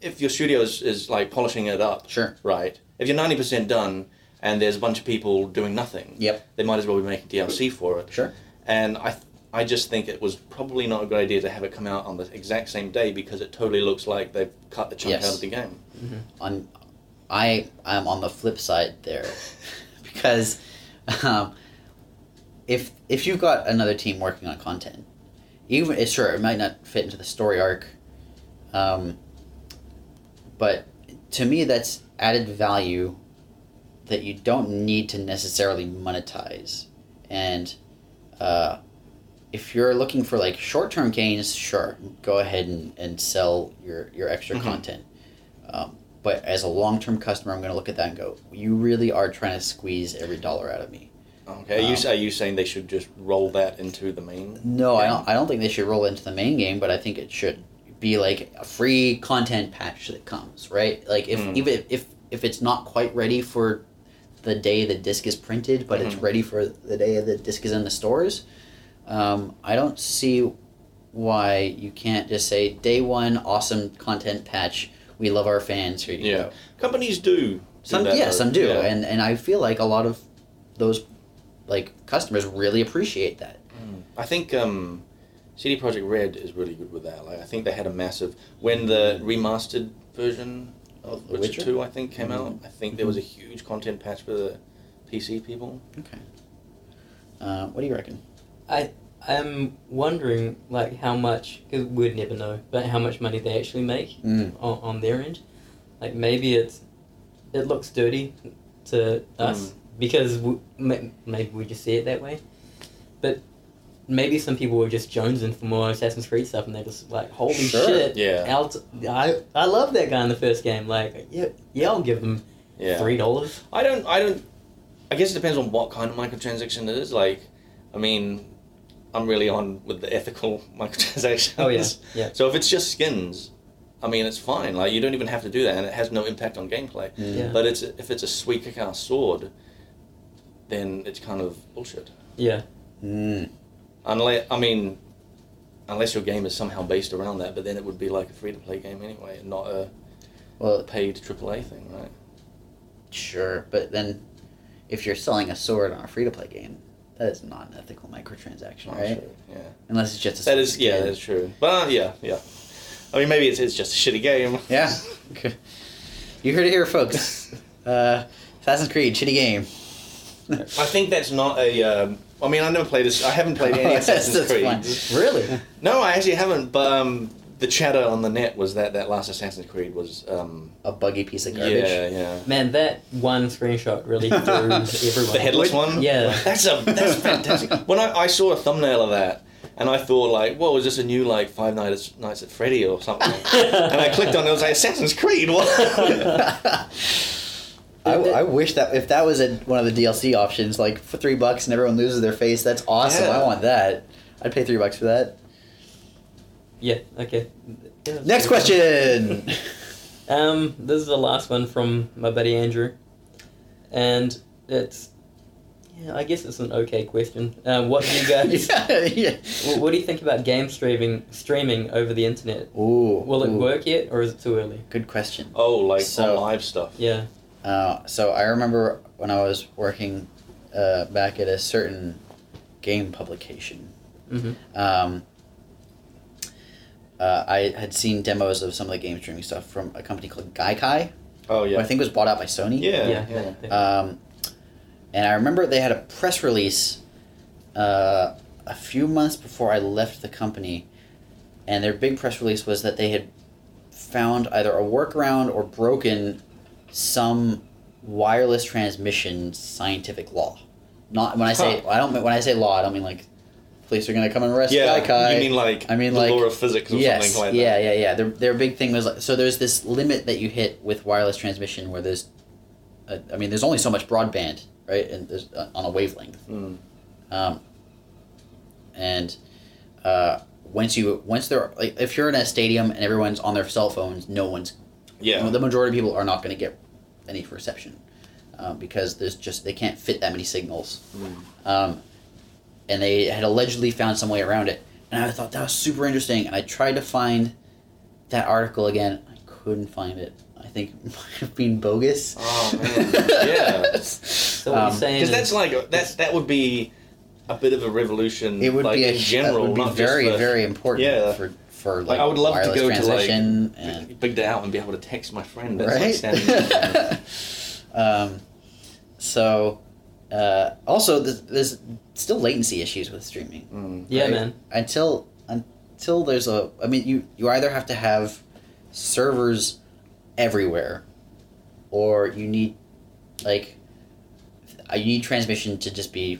Speaker 4: if your studio is, is like polishing it up,
Speaker 1: sure.
Speaker 4: right? If you're ninety percent done and there's a bunch of people doing nothing,
Speaker 1: Yep.
Speaker 4: they might as well be making DLC for it.
Speaker 1: Sure.
Speaker 4: And I th- I just think it was probably not a good idea to have it come out on the exact same day because it totally looks like they've cut the chunk
Speaker 1: Yes.
Speaker 4: out of
Speaker 1: (laughs)
Speaker 4: the game.
Speaker 1: on I am on the flip side there (laughs) because um, if if you've got another team working on content, even eh, sure it might not fit into the story arc, um, but to me that's added value that you don't need to necessarily monetize, and uh, if you're looking for like short term gains, sure, go ahead and, and sell your your extra
Speaker 4: Mhm.
Speaker 1: content. Um, but as a long term customer, I'm going to look at that and go, you really are trying to squeeze every dollar out of me.
Speaker 4: Okay, are, you, are you saying they should just roll that into the main?
Speaker 1: No, I don't. I don't think they should roll into the main game, but I think it should be like a free content patch that comes right. Like if
Speaker 4: Mm.
Speaker 1: even if if it's not quite ready for the day the disc is printed, but it's
Speaker 4: Mhm.
Speaker 1: ready for the day the disc is in the stores, um, I don't see why you can't just say day one awesome content patch. We love our fans. Here you
Speaker 4: Yeah.
Speaker 1: go.
Speaker 4: Companies do. do
Speaker 1: Some
Speaker 4: that,
Speaker 1: yeah,
Speaker 4: though.
Speaker 1: some do,
Speaker 4: Yeah.
Speaker 1: and and I feel like a lot of those like customers really appreciate that.
Speaker 4: I think um, CD Projekt Red is really good with that. Like, I think they had a massive when the remastered version of
Speaker 1: The
Speaker 4: Witcher,
Speaker 1: Witcher? Mm-hmm.
Speaker 4: Two, I think, came out. I think there was a huge content patch for the PC people.
Speaker 1: Okay. Uh, what do you reckon?
Speaker 3: I'm wondering like how much because we'd never know, but how much money they actually make
Speaker 1: Mm.
Speaker 3: on, on their end. Like maybe it's it looks dirty to us because we, ma- maybe we just see it that way. But maybe some people were just jonesing for more Assassin's Creed stuff, and they're just like, "Holy
Speaker 1: Sure,
Speaker 3: shit!
Speaker 4: yeah.
Speaker 3: Alt- I I love that guy in the first game. Like, yeah, yeah, I'll give him
Speaker 4: Yeah,
Speaker 3: three dollars.
Speaker 4: I don't. I don't. I guess it depends on what kind of microtransaction it is. Like, I mean, I'm really on with the ethical (laughs) microtransactions.
Speaker 3: Oh yeah, (laughs) yeah.
Speaker 4: So if it's just skins, I mean, it's fine. Like, you don't even have to do that, and it has no impact on gameplay.
Speaker 3: Yeah.
Speaker 4: But it's if it's a sweet kick ass sword, then it's kind of bullshit.
Speaker 3: Yeah,
Speaker 1: Mm.
Speaker 4: Unless I mean, unless your game is somehow based around that, but then it would be like a free to play game anyway, and not a
Speaker 1: Well,
Speaker 4: paid AAA thing, right?
Speaker 1: sure, but then if you're selling a sword on a free to play game, that is not an ethical microtransaction,
Speaker 4: Not
Speaker 1: right?
Speaker 4: sure, Yeah,
Speaker 1: Unless it's just a
Speaker 4: that is
Speaker 1: skin.
Speaker 4: yeah, that's true. But uh, yeah, yeah. I mean, maybe it's, it's just a shitty game.
Speaker 1: Yeah. (laughs) Okay. You heard it here,
Speaker 4: (laughs)
Speaker 1: folks. uh, Assassin's Creed, shitty game.
Speaker 4: I think that's not a. Um, I mean, I never played this. I haven't
Speaker 1: (laughs)
Speaker 4: played any
Speaker 1: That's-
Speaker 4: Assassin's
Speaker 1: Oh, that's
Speaker 4: Creed.
Speaker 1: fine.
Speaker 3: really.
Speaker 4: No, I actually haven't. But um, the chatter on the net was that that last Assassin's Creed was. Um,
Speaker 1: A buggy piece of garbage.
Speaker 4: yeah, yeah.
Speaker 3: Man, that one screenshot really threw everyone.
Speaker 4: The headless one.
Speaker 3: Yeah.
Speaker 4: that's a that's
Speaker 1: (laughs)
Speaker 4: fantastic. When I, I saw a thumbnail of that, and I thought like, "Whoa, is this a new like Five Nights Nights at Freddy or something?" and I clicked on it. and I was like, "Assassin's Creed." What?
Speaker 1: (laughs) (laughs) I, I wish that if that was a, one of the DLC options, like for three bucks and everyone loses their face, that's awesome.
Speaker 4: Yeah.
Speaker 1: I want that. I'd pay three bucks for that.
Speaker 3: Yeah. Okay. Yeah,
Speaker 1: Next
Speaker 3: so-
Speaker 1: question. (laughs)
Speaker 3: Um, this is the last one from my buddy Andrew, and it's yeah, I guess it's an okay question. Um,
Speaker 1: (laughs)
Speaker 3: what do you guys?
Speaker 1: yeah, yeah.
Speaker 3: wh- What do you think about game streaming streaming over the internet?
Speaker 1: Ooh.
Speaker 3: Will it
Speaker 1: ooh.
Speaker 3: work yet, or is it too early?
Speaker 1: Good question.
Speaker 4: oh, like
Speaker 1: So-
Speaker 4: on live stuff.
Speaker 3: Yeah.
Speaker 1: Uh, so I remember when I was working uh, back at a certain game publication.
Speaker 3: Mm-hmm.
Speaker 1: Um, uh, I had seen demos of some of the game streaming stuff from a company called Gaikai,
Speaker 4: Oh
Speaker 1: who I
Speaker 4: yeah.
Speaker 1: think was bought out by Sony.
Speaker 4: Yeah.
Speaker 3: Yeah.
Speaker 4: yeah.
Speaker 3: that- that-
Speaker 1: Um, and I remember they had a press release uh, a few months before I left the company, and their big press release was that they had found either a workaround or broken some wireless transmission scientific law. Not when I say I don't mean- when I say law, I don't mean like police are going to come and arrest
Speaker 4: Yeah,
Speaker 1: Guy Kai.
Speaker 4: you mean like
Speaker 1: I mean,
Speaker 4: the
Speaker 1: like-
Speaker 4: law of physics or
Speaker 1: yes,
Speaker 4: something like that.
Speaker 1: yeah, yeah, yeah. Their their big thing was like, so there's this limit that you hit with wireless transmission where there's, uh, I mean, there's only so much broadband, right? And there's uh, on a wavelength.
Speaker 4: Mm.
Speaker 1: Um, and uh, once you once there are- like if you're in a stadium and everyone's on their cell phones, no one's
Speaker 4: Yeah.
Speaker 1: the majority of people are not going to get any reception um, because there's just they can't fit that many signals.
Speaker 4: Mm.
Speaker 1: Um, and they had allegedly found some way around it, and I thought that was super interesting. And I tried to find that article again. I couldn't find it. I think it (laughs) might have been bogus. Um,
Speaker 4: Oh man. yeah.
Speaker 1: (laughs)
Speaker 3: So what you're saying
Speaker 4: Because
Speaker 3: is
Speaker 4: that's like that's that would be a bit of a revolution.
Speaker 1: It would
Speaker 4: like,
Speaker 1: be a
Speaker 4: in general,
Speaker 1: that would be
Speaker 4: not
Speaker 1: very
Speaker 4: just for,
Speaker 1: very important
Speaker 4: Yeah.
Speaker 1: for for like,
Speaker 4: Like, I would love to
Speaker 1: wireless
Speaker 4: go to like
Speaker 1: transition
Speaker 4: big, big day out and be able to text my friend. That's like standing
Speaker 1: and (laughs)
Speaker 4: next
Speaker 1: right. um, so uh, also there's, there's still latency issues with streaming.
Speaker 4: to me. Mm.
Speaker 3: Yeah,
Speaker 1: Right.
Speaker 3: man.
Speaker 1: until until there's a I mean you you either have to have servers everywhere or you need like uh, you need transmission to just be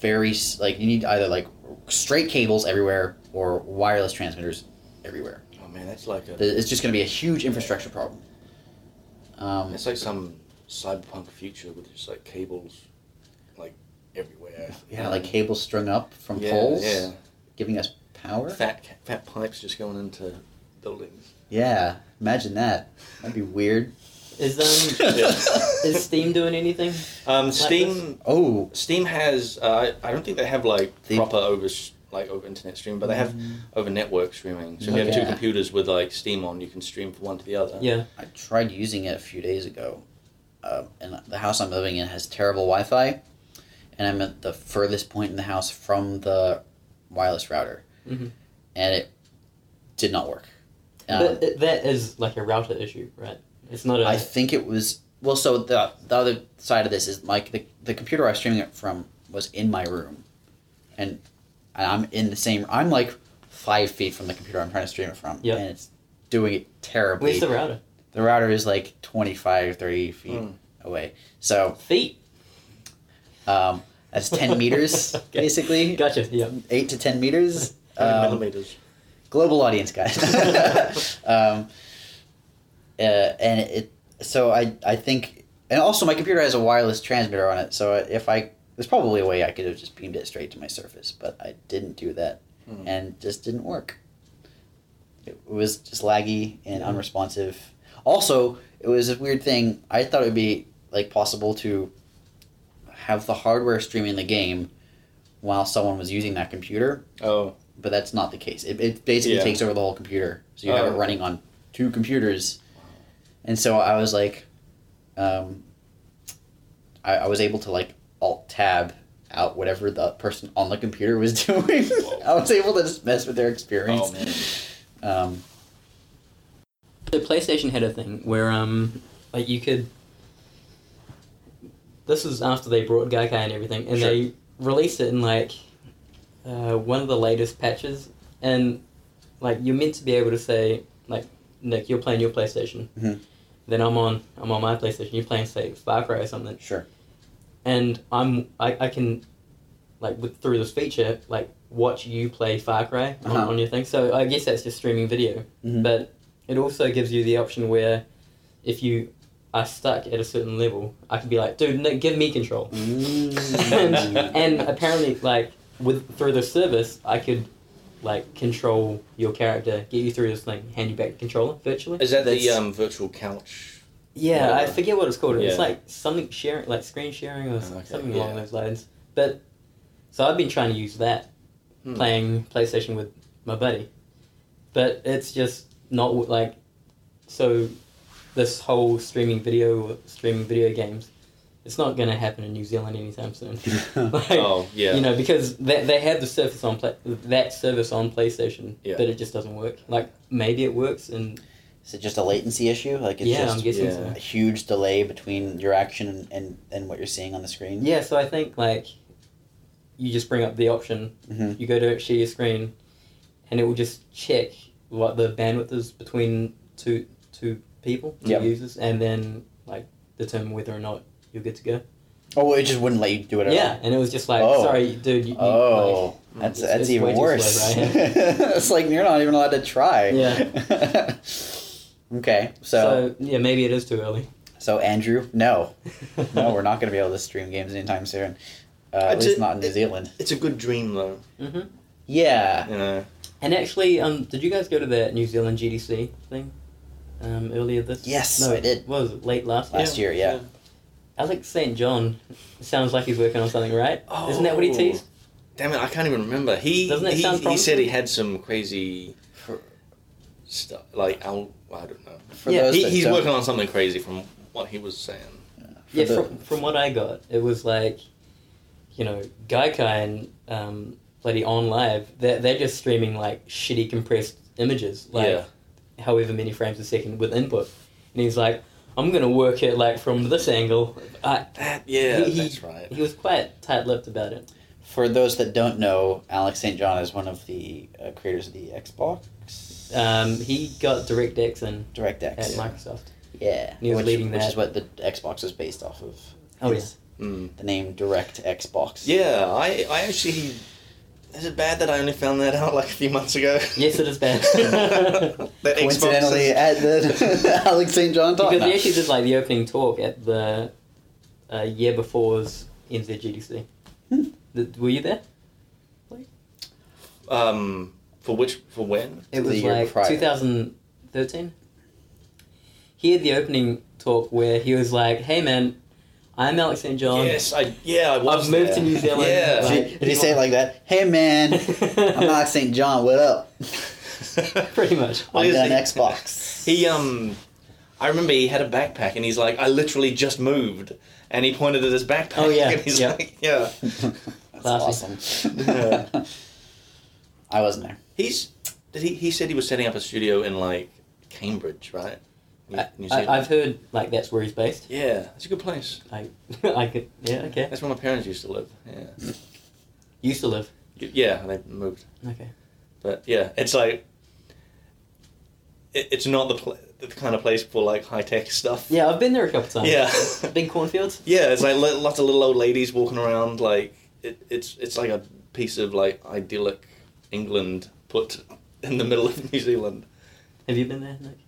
Speaker 1: very s- like you need either like straight cables everywhere or wireless transmitters everywhere.
Speaker 4: Oh man, that's like a
Speaker 1: Th- It's just going to be a huge infrastructure problem. Um,
Speaker 4: It's like some cyberpunk future with just like cables, like everywhere. Um,
Speaker 1: yeah, like cables strung up from
Speaker 4: yeah,
Speaker 1: poles,
Speaker 4: Yeah,
Speaker 1: giving us power.
Speaker 4: fat ca- fat pipes just going into
Speaker 1: (laughs)
Speaker 4: buildings.
Speaker 1: Yeah, imagine that. That'd be weird.
Speaker 3: Is um
Speaker 1: (laughs)
Speaker 3: is Steam doing anything?
Speaker 4: Um, Steam
Speaker 1: oh,
Speaker 4: Steam has uh, I I don't think they have like
Speaker 1: They-
Speaker 4: proper over like over internet stream, but they have
Speaker 3: Mm.
Speaker 4: over network streaming. So if you have two
Speaker 1: Yeah.
Speaker 4: computers with like Steam on, you can stream from one to the other.
Speaker 3: Yeah.
Speaker 1: I tried using it a few days ago, um, and the house I'm living in has terrible Wi-Fi, and I'm at the furthest point in the house from the wireless router,
Speaker 4: Mm-hmm.
Speaker 3: Mhm.
Speaker 1: and it did not work. Um,
Speaker 3: But it, that is like a router issue, right? It's not a
Speaker 1: I think it was well. So the the other side of this is like the the computer I was streaming it from was in my room, and and I'm in the same. I'm like five feet from the computer I'm trying to stream it from,
Speaker 3: Yeah.
Speaker 1: and it's doing it terribly.
Speaker 3: where's the router?
Speaker 1: the router is like 25 30 feet
Speaker 3: Hmm.
Speaker 4: Mm.
Speaker 1: away so
Speaker 3: Feet.
Speaker 1: um, that's
Speaker 3: (laughs)
Speaker 1: 10 meters
Speaker 3: Okay.
Speaker 1: basically
Speaker 3: Gotcha. Yeah.
Speaker 1: 8 to 10 meters
Speaker 4: How many
Speaker 1: um,
Speaker 4: millimeters.
Speaker 1: global audience guys um, uh, and it so I, I think and also my computer has a wireless transmitter on it so if i there's probably a way i could have just beamed it straight to my surface but i didn't do that
Speaker 4: Mm.
Speaker 1: and just didn't work it was just laggy and unresponsive also it was a weird thing i thought it would be like possible to have the hardware streaming the game while someone was using that computer
Speaker 4: Oh,
Speaker 1: but that's not the case. It, it basically
Speaker 4: Yeah.
Speaker 1: takes over the whole computer, so you have it
Speaker 4: Oh.
Speaker 1: running on two computers. And so I was like, um, I, I was able to like alt tab out whatever the person on the computer was (laughs) doing. I was able to just mess with their
Speaker 4: oh
Speaker 1: experience.
Speaker 4: man.
Speaker 1: Um,
Speaker 3: The PlayStation had a thing where um like you could this was after they brought Gaikai and everything and
Speaker 1: Sure.
Speaker 3: they released it in like uh, one of the latest patches and like you're meant to be able to say like Nick you're playing your PlayStation
Speaker 1: Mhm.
Speaker 3: then I'm on I'm on my PlayStation you're playing say Far Cry or something
Speaker 1: sure.
Speaker 3: and I'm I, I can like with, through this feature like watch you play Far Cry on,
Speaker 1: Uh-huh.
Speaker 3: on your thing so I guess that's just streaming video
Speaker 1: Mhm. (laughs)
Speaker 3: but it also gives you the option where if you are stuck at a certain level, I could be like, dude, no, give me control. and,
Speaker 1: Mm.
Speaker 3: and apparently, like with through the service, I could like control your character, get you through this thing, hand you back the controller virtually.
Speaker 4: Is that the
Speaker 1: That's-
Speaker 4: um, virtual couch?
Speaker 3: Yeah, I
Speaker 4: Yeah.
Speaker 3: forget what it's called. It's
Speaker 4: Yeah.
Speaker 3: like something sharing, like screen sharing or s-
Speaker 4: Oh, okay,
Speaker 3: something along
Speaker 4: yeah.
Speaker 3: those lines. But so I've been trying to use that
Speaker 4: Hmm.
Speaker 3: playing PlayStation with my buddy, but it's just not w- like so. This whole streaming video, streaming video games, it's not going to happen in New Zealand
Speaker 4: (laughs)
Speaker 3: anytime soon. (laughs) like,
Speaker 4: Oh yeah.
Speaker 3: You know, because they, they have the service on pla- that service on PlayStation,
Speaker 4: Yeah.
Speaker 3: but it just doesn't work. Like maybe it works, and
Speaker 1: Is it just a latency issue? Like it's
Speaker 3: yeah, I'm
Speaker 1: just
Speaker 3: guessing
Speaker 4: yeah.
Speaker 3: so.
Speaker 1: a huge delay between your action and, and, and what you're seeing on the screen?
Speaker 3: Yeah, so I think like you just bring up the option,
Speaker 1: Mhm.
Speaker 3: you go to share your screen, and it will just check what the bandwidth is between two two people, two
Speaker 1: Yep.
Speaker 3: users, and then like determine whether or not you're good to go.
Speaker 1: Oh, well, it just wouldn't let you do it at all.
Speaker 3: yeah, and it was just like,
Speaker 1: Oh.
Speaker 3: sorry, dude, you, you
Speaker 1: Oh,
Speaker 4: like,
Speaker 1: that's
Speaker 3: it's-
Speaker 1: that's
Speaker 3: it's way
Speaker 1: even
Speaker 3: too slow,
Speaker 1: worse.
Speaker 3: right?
Speaker 1: (laughs) it's like you're not even allowed to try.
Speaker 3: Yeah.
Speaker 1: (laughs) okay,
Speaker 3: like, so,
Speaker 1: so,
Speaker 3: yeah, maybe it is too early.
Speaker 1: so Andrew, no,
Speaker 3: (laughs)
Speaker 1: no, we're not going to be able to stream games anytime soon. Uh, at
Speaker 4: It's
Speaker 1: least
Speaker 4: a-
Speaker 1: not in New
Speaker 4: it-
Speaker 1: Zealand.
Speaker 4: It's a good dream though.
Speaker 3: hmm
Speaker 1: Yeah.
Speaker 4: You know.
Speaker 3: And actually, um, did you guys go to that New Zealand GDC thing? Um, earlier this
Speaker 1: Yes,
Speaker 3: no,
Speaker 1: I did.
Speaker 3: What was it late last year?
Speaker 1: Last year, yeah.
Speaker 3: Alex St. John sounds like he's working on something, right?
Speaker 4: Oh.
Speaker 3: Isn't that what he teased?
Speaker 4: Damn it, I can't even remember. He
Speaker 3: Doesn't it
Speaker 4: he,
Speaker 3: sound
Speaker 4: he said
Speaker 3: promising?
Speaker 4: he had some crazy stuff. Like I, I don't know.
Speaker 1: For
Speaker 3: Yeah,
Speaker 1: those
Speaker 4: He,
Speaker 1: that
Speaker 4: he's
Speaker 1: don't-
Speaker 4: working on something crazy from what he was saying.
Speaker 1: for
Speaker 3: Yeah,
Speaker 1: the-
Speaker 3: from, from what I got, it was like you know, Gaikai and um, bloody On Live, they're, they're just streaming like shitty compressed images, like however many frames a second with input. And he's like, I'm going to work it like from this angle. I,
Speaker 4: That yeah,
Speaker 3: He- he-
Speaker 4: that's right.
Speaker 3: he was quite tight lipped about it.
Speaker 1: For those that don't know, Alex St. John is one of the uh, creators of the Xbox
Speaker 3: Um, he got DirectX in at
Speaker 1: DirectX.
Speaker 3: Microsoft.
Speaker 1: yeah,
Speaker 3: He was
Speaker 1: which,
Speaker 3: leading
Speaker 1: which
Speaker 3: that.
Speaker 1: is what the Xbox is based off of.
Speaker 3: Oh, yeah.
Speaker 1: It's
Speaker 4: Mm.
Speaker 1: The name Direct Xbox.
Speaker 4: Yeah, I I actually. Is it bad that I only found that out like a few months ago?
Speaker 3: (laughs) Yes, it is bad.
Speaker 4: (laughs) that Xbox is-
Speaker 1: Coincidentally, at the (laughs) Alex St. John talk.
Speaker 3: Because
Speaker 1: No.
Speaker 3: he actually did like the opening talk at the uh, year before's NZGDC.
Speaker 1: Hmm.
Speaker 3: Th- Were you there?
Speaker 4: Um, for which for when?
Speaker 3: It
Speaker 1: The
Speaker 3: was
Speaker 1: year
Speaker 3: like
Speaker 1: prior.
Speaker 3: 2013. He had the opening talk where he was like, "Hey man, I'm Alex St. John.
Speaker 4: yes, I yeah I was.
Speaker 3: I've moved
Speaker 4: there.
Speaker 3: to New Zealand.
Speaker 4: Yeah.
Speaker 1: Did he- did he say it like that? Hey
Speaker 3: (laughs)
Speaker 1: man, I'm Alex St. John. What up?
Speaker 4: (laughs)
Speaker 3: Pretty much.
Speaker 4: Well,
Speaker 1: I'm
Speaker 4: he's
Speaker 1: done
Speaker 4: the-
Speaker 3: (laughs)
Speaker 1: Xbox.
Speaker 4: He um, I remember he had a backpack and he's like, I literally just moved, and he pointed at his backpack.
Speaker 3: Oh,
Speaker 4: (laughs)
Speaker 3: yeah,
Speaker 4: and he's
Speaker 3: yeah.
Speaker 4: like, yeah.
Speaker 1: That's
Speaker 3: Classy.
Speaker 1: awesome.
Speaker 4: Yeah.
Speaker 1: I wasn't there.
Speaker 4: He's did he he said he was setting up a studio in like Cambridge, right? New,
Speaker 3: I,
Speaker 4: New
Speaker 3: I,
Speaker 4: Zealand.
Speaker 3: I've heard like that's where he's based.
Speaker 4: yeah, it's a good place.
Speaker 3: I, (laughs) I could. Yeah. Okay.
Speaker 4: That's where my parents used to live. Yeah,
Speaker 3: Used to live.
Speaker 4: yeah, they moved,
Speaker 3: Okay.
Speaker 4: but yeah, it's like it, it's not the pl- the kind of place for like high tech stuff.
Speaker 3: Yeah, I've been there a couple times.
Speaker 4: Yeah.
Speaker 3: (laughs) Big cornfields.
Speaker 4: Yeah, it's like li- lots of little old ladies walking around. Like it, it's it's like a piece of like idyllic England put in the middle of (laughs) New Zealand.
Speaker 3: Have you been there? Nick?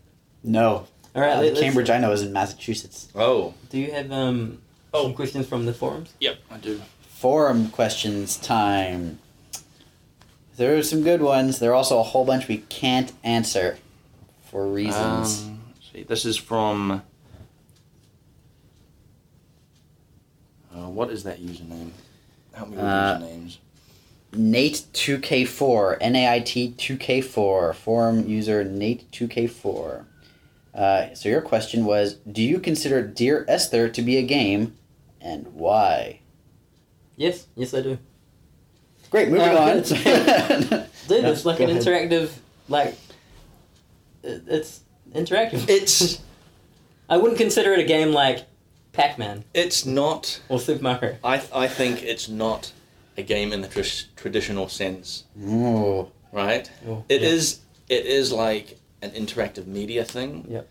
Speaker 1: No,
Speaker 3: All right.
Speaker 1: Uh,
Speaker 3: let- let's-
Speaker 1: Cambridge I know is in Massachusetts.
Speaker 4: Oh,
Speaker 3: Do you have um
Speaker 4: Oh.
Speaker 3: some questions from the forums?
Speaker 4: yep, I do.
Speaker 1: Forum questions time. There are some good ones. There are also a whole bunch we can't answer for reasons.
Speaker 4: Um, see, this is from. Uh, what is that username? Help me with
Speaker 1: Uh,
Speaker 4: usernames.
Speaker 1: Nate two K four N A I T two K four forum user Nate two K four. Uh, so your question was, do you consider Dear Esther to be a game, and why?
Speaker 3: Yes. Yes, I do.
Speaker 1: Great, moving
Speaker 3: Uh, (laughs)
Speaker 1: on. (laughs)
Speaker 3: Dude,
Speaker 1: Yeah,
Speaker 3: it's like
Speaker 1: go
Speaker 3: an
Speaker 1: ahead.
Speaker 3: interactive, like, it- it's interactive.
Speaker 4: It's
Speaker 3: I wouldn't consider it a game like Pac-Man
Speaker 4: it's not.
Speaker 3: or Super Mario.
Speaker 4: I I think it's not a game in the tr- traditional sense,
Speaker 1: Ooh.
Speaker 4: right?
Speaker 3: Oh,
Speaker 4: It
Speaker 3: yeah.
Speaker 4: is. It is like an interactive media thing.
Speaker 3: Yep.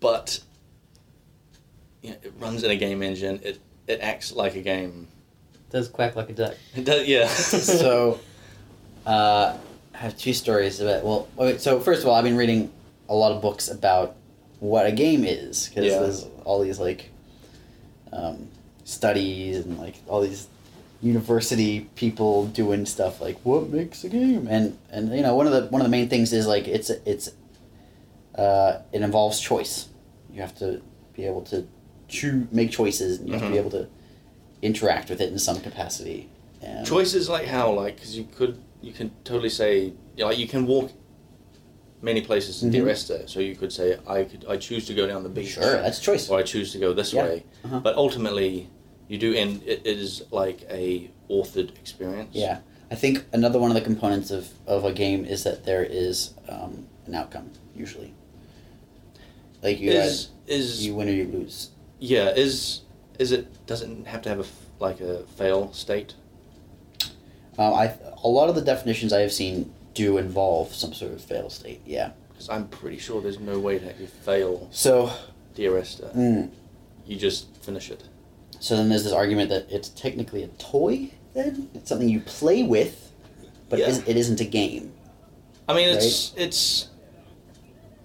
Speaker 4: But you know, it runs in a game engine. It it acts like a game. (laughs)
Speaker 3: It does quack like a duck.
Speaker 4: It does.
Speaker 1: (laughs)
Speaker 4: Yeah.
Speaker 1: so uh, I have two stories about. Well, okay, so first of all, I've been reading a lot of books about what a game is because
Speaker 4: Yeah.
Speaker 1: there's all these like um, studies and like all these university people doing stuff like what makes a game and and you know one of the one of the main things is like it's it's uh, it involves choice. You have to be able to choose, make choices, and you have to be
Speaker 4: Mhm.
Speaker 1: able to interact with it in some capacity. And
Speaker 4: Choices like how like because you could you can totally say you know, like you can walk many places in
Speaker 1: Mhm.
Speaker 4: Dear Esther. So you could say I could I choose to go down the beach.
Speaker 1: Sure, that's choice.
Speaker 4: Or I choose to go this
Speaker 1: Yeah.
Speaker 4: way.
Speaker 1: Uh-huh.
Speaker 4: But ultimately, you do end. It, it is like a authored experience.
Speaker 1: Yeah, I think another one of the components of, of a game is that there is um, an outcome usually. Like you,
Speaker 4: Is is
Speaker 1: guys, you win or you lose.
Speaker 4: Yeah, is is it doesn't have to have a f- like a fail state?
Speaker 1: Um, I a lot of the definitions I have seen do involve some sort of fail state. Yeah.
Speaker 4: Because I'm pretty sure there's no way to actually fail
Speaker 1: So,
Speaker 4: Dear Esther.
Speaker 1: mm,
Speaker 4: You just finish it.
Speaker 1: so then there's this argument that it's technically a toy. Then it's something you play with, but it,
Speaker 4: Yeah.
Speaker 1: is, it isn't a game.
Speaker 4: I mean, it's it's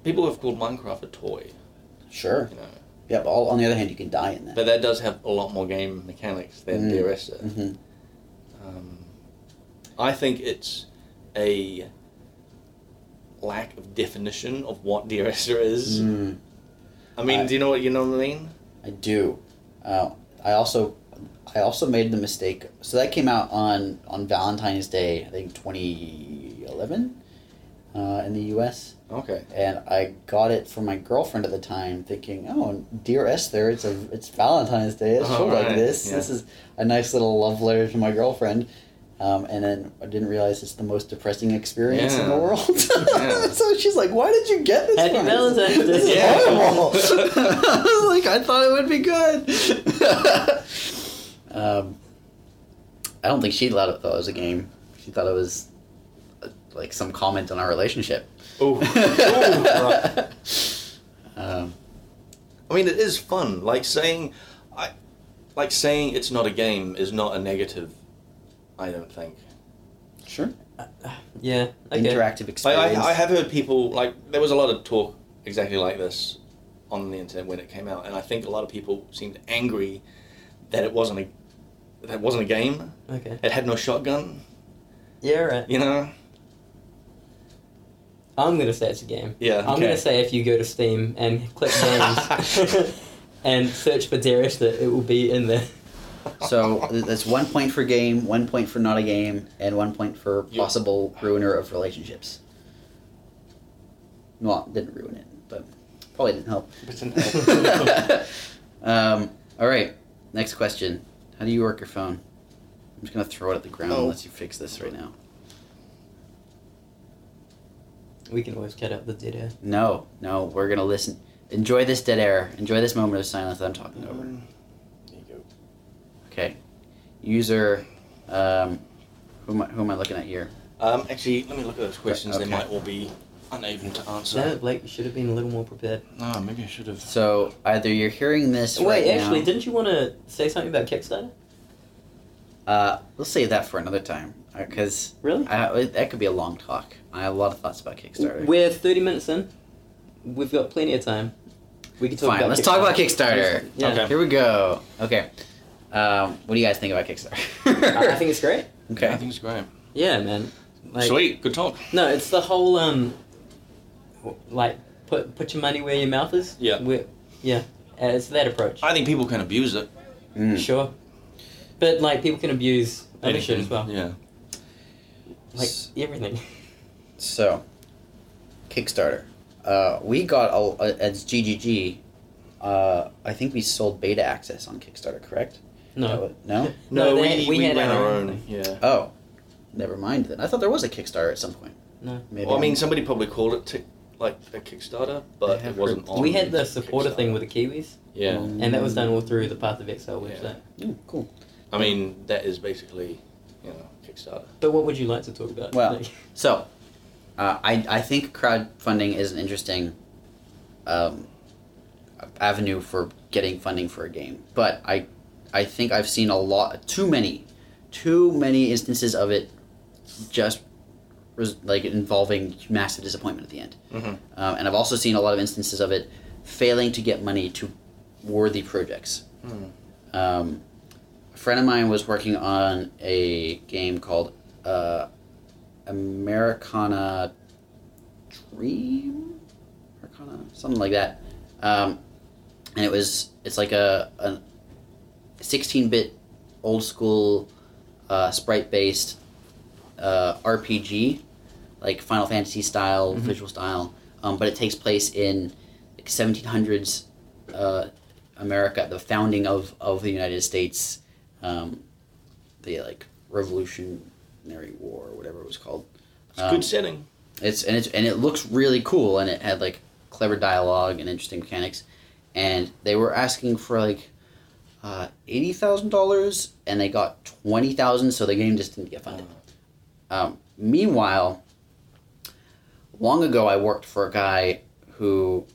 Speaker 4: people have called Minecraft a toy,
Speaker 1: Sure.
Speaker 4: you know,
Speaker 1: Yeah. But all, on the other hand, you can die in that.
Speaker 4: but that does have a lot more game mechanics
Speaker 1: Mm.
Speaker 4: than Dear Esther.
Speaker 1: hmm
Speaker 4: Um, I think it's a lack of definition of what Dear Esther is.
Speaker 1: Mm.
Speaker 4: I mean,
Speaker 1: I-
Speaker 4: do you know what you know what I mean?
Speaker 1: I do. Uh, I also, I also made the mistake. So that came out on on Valentine's Day, I think, twenty eleven. uh, in the U.S.
Speaker 4: Okay.
Speaker 1: and I got it for my girlfriend at the time, thinking, "Oh, dear Esther, it's a it's Valentine's Day. It's
Speaker 4: Oh,
Speaker 1: short like
Speaker 4: right,
Speaker 1: this.
Speaker 4: yeah.
Speaker 1: This is a nice little love letter to my girlfriend." Um, and then I didn't realize it's the most depressing experience in the
Speaker 4: Yeah.
Speaker 1: world.
Speaker 4: Yeah.
Speaker 1: (laughs) so she's like, "Why did you get this?
Speaker 3: Happy
Speaker 1: for me? This is-
Speaker 3: Valentine's
Speaker 1: This is
Speaker 3: Day."
Speaker 4: Yeah. (laughs)
Speaker 1: horrible." (laughs) I was like, I thought it would be good. (laughs) um, I don't think she thought it, thought it was a game. She thought it was uh, like some comment on our relationship.
Speaker 4: Ooh. Ooh, right.
Speaker 1: Um,
Speaker 4: I mean, it is fun. Like saying, I, like saying it's not a game is not a negative. I don't think.
Speaker 1: sure.
Speaker 3: Yeah. Okay.
Speaker 1: Interactive
Speaker 4: Like,
Speaker 1: experience.
Speaker 4: I, I have heard people like there was a lot of talk exactly like this on the internet when it came out, and I think a lot of people seemed angry that it wasn't a that it wasn't a game.
Speaker 3: Okay.
Speaker 4: It had no shotgun.
Speaker 3: Yeah. Right.
Speaker 4: You know.
Speaker 3: I'm gonna say it's a game.
Speaker 4: Yeah.
Speaker 3: I'm
Speaker 1: Okay.
Speaker 4: (laughs)
Speaker 3: gonna say if you go to Steam and click games and search for Dear Esther, it will be in there.
Speaker 4: (laughs)
Speaker 1: so th- that's one point for game, one point for not a game, and one point for
Speaker 4: Yeah.
Speaker 1: possible ruiner of relationships. Well, didn't ruin it, but probably didn't help.
Speaker 4: (laughs)
Speaker 1: um, all right, next question. How do you work your phone? I'm just gonna throw it at the ground
Speaker 4: Oh.
Speaker 1: unless you fix this right now.
Speaker 3: We can always cut out the dead air.
Speaker 1: No, no, we're gonna listen. Enjoy this dead air. Enjoy this moment of silence that I'm talking over.
Speaker 4: There you go.
Speaker 1: Okay. User, um, who am I, who am I looking at here?
Speaker 4: Um, actually, let me look at those questions.
Speaker 1: Okay.
Speaker 4: They might all be unable to answer.
Speaker 3: Damn it, Blake, you should have been a little more prepared.
Speaker 4: No, maybe I should have.
Speaker 1: So either you're hearing this right
Speaker 3: Wait, actually,
Speaker 1: now.
Speaker 3: didn't you want to say something about Kickstarter?
Speaker 1: Uh, we'll save that for another time uh, because
Speaker 3: Really?
Speaker 1: that could be a long talk. I have a lot of thoughts about Kickstarter.
Speaker 3: We're 30 minutes in. We've got plenty of time. We can talk
Speaker 1: Fine,
Speaker 3: about
Speaker 1: let's talk about
Speaker 3: Kickstarter.
Speaker 1: Kickstarter.
Speaker 3: Yeah.
Speaker 4: Okay.
Speaker 1: Here we go. Okay. Um, what do you guys think about Kickstarter?
Speaker 3: (laughs) I I think it's great.
Speaker 4: I
Speaker 1: okay.
Speaker 4: think it's great.
Speaker 3: Yeah, man. Like,
Speaker 4: Sweet, good talk.
Speaker 3: No, it's the whole um, w- like put put your money where your mouth is.
Speaker 4: Yeah.
Speaker 3: We're, yeah, uh, it's that approach.
Speaker 4: I think people can abuse it.
Speaker 1: Mm.
Speaker 3: sure, but like people can abuse other
Speaker 4: Anything.
Speaker 3: shit as well.
Speaker 4: Yeah.
Speaker 3: Like everything.
Speaker 1: So, Kickstarter. Uh, we got a, as GGG. Uh, I think we sold beta access on Kickstarter, correct?
Speaker 3: No,
Speaker 1: No.
Speaker 3: No,
Speaker 4: No,
Speaker 3: they-
Speaker 4: we,
Speaker 3: we
Speaker 4: we,
Speaker 3: had
Speaker 4: ran
Speaker 3: our
Speaker 4: our,
Speaker 3: own
Speaker 4: own.
Speaker 3: thing.
Speaker 4: Yeah.
Speaker 1: Oh, never mind then. I thought there was a Kickstarter at some point.
Speaker 3: No.
Speaker 1: Maybe.
Speaker 4: Well, I mean,
Speaker 1: I'm-
Speaker 4: somebody probably called it tick, like a Kickstarter,
Speaker 1: I
Speaker 4: but
Speaker 1: have
Speaker 4: it wasn't on.
Speaker 3: we had the supporter
Speaker 4: Kickstarter.
Speaker 3: thing with the Kiwis,
Speaker 4: Yeah.
Speaker 3: and that was done all through the Path of Exile
Speaker 4: Yeah.
Speaker 3: website.
Speaker 1: Mm, cool.
Speaker 4: I mean, that is basically, you know, Kickstarter.
Speaker 3: But what would you like to talk about?
Speaker 1: Well,
Speaker 3: Like,
Speaker 1: So, uh, I I think crowdfunding is an interesting um, avenue for getting funding for a game, but I I think I've seen a lot too many too many instances of it just res- like involving massive disappointment at the end.
Speaker 4: Mhm.
Speaker 1: Um, and I've also seen a lot of instances of it failing to get money to worthy projects.
Speaker 4: Mm.
Speaker 1: Um, a friend of mine was working on a game called uh, Americana Dream, Americana, something like that. Um, and it was it's like a a 16-bit old school uh, sprite-based uh, RPG, like Final Fantasy style
Speaker 4: Mhm.
Speaker 1: visual style, um, but it takes place in like 1700s uh, America, the founding of, of the United States, um, the like Revolutionary War, or whatever it was called.
Speaker 4: It's a
Speaker 3: Uh,
Speaker 1: Um,
Speaker 4: good setting.
Speaker 1: it's and it's and it looks really cool, and it had like clever dialogue and interesting mechanics, and they were asking for like uh, eighty thousand dollars, and they got twenty thousand, so the game just didn't get funded. Um, meanwhile, long ago, I worked for a guy who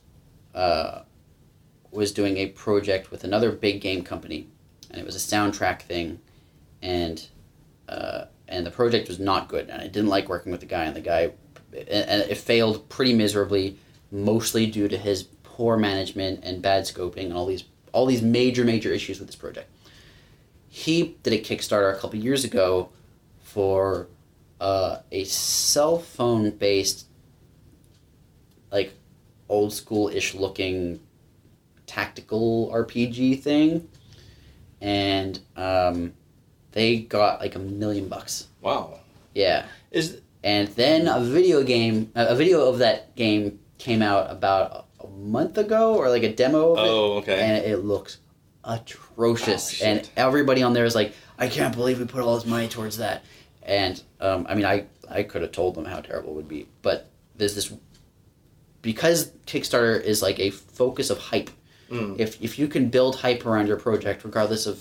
Speaker 1: uh, was doing a project with another big game company, and it was a soundtrack thing, and uh, and the project was not good, and I didn't like working with the guy, and the guy, and, and it failed pretty miserably, mostly due to his poor management and bad scoping and all these all these major major issues with this project. He did a Kickstarter a couple years ago for uh, a cell phone based, like old school ish looking tactical RPG thing. And um, they got like a million bucks.
Speaker 4: Wow.
Speaker 1: Yeah.
Speaker 4: Is
Speaker 1: and then a video game, a a video of that game came out about a month ago or like a demo of it
Speaker 4: Oh, okay.
Speaker 1: and it looks
Speaker 4: Oh,
Speaker 1: atrocious.
Speaker 4: shit.
Speaker 1: and everybody on there is like, I can't believe we put all this money towards that. And um, I mean, I I could have told them how terrible it would be, but there's this because Kickstarter is like a focus of hype.
Speaker 4: Mm.
Speaker 1: If if you can build hype around your project, regardless of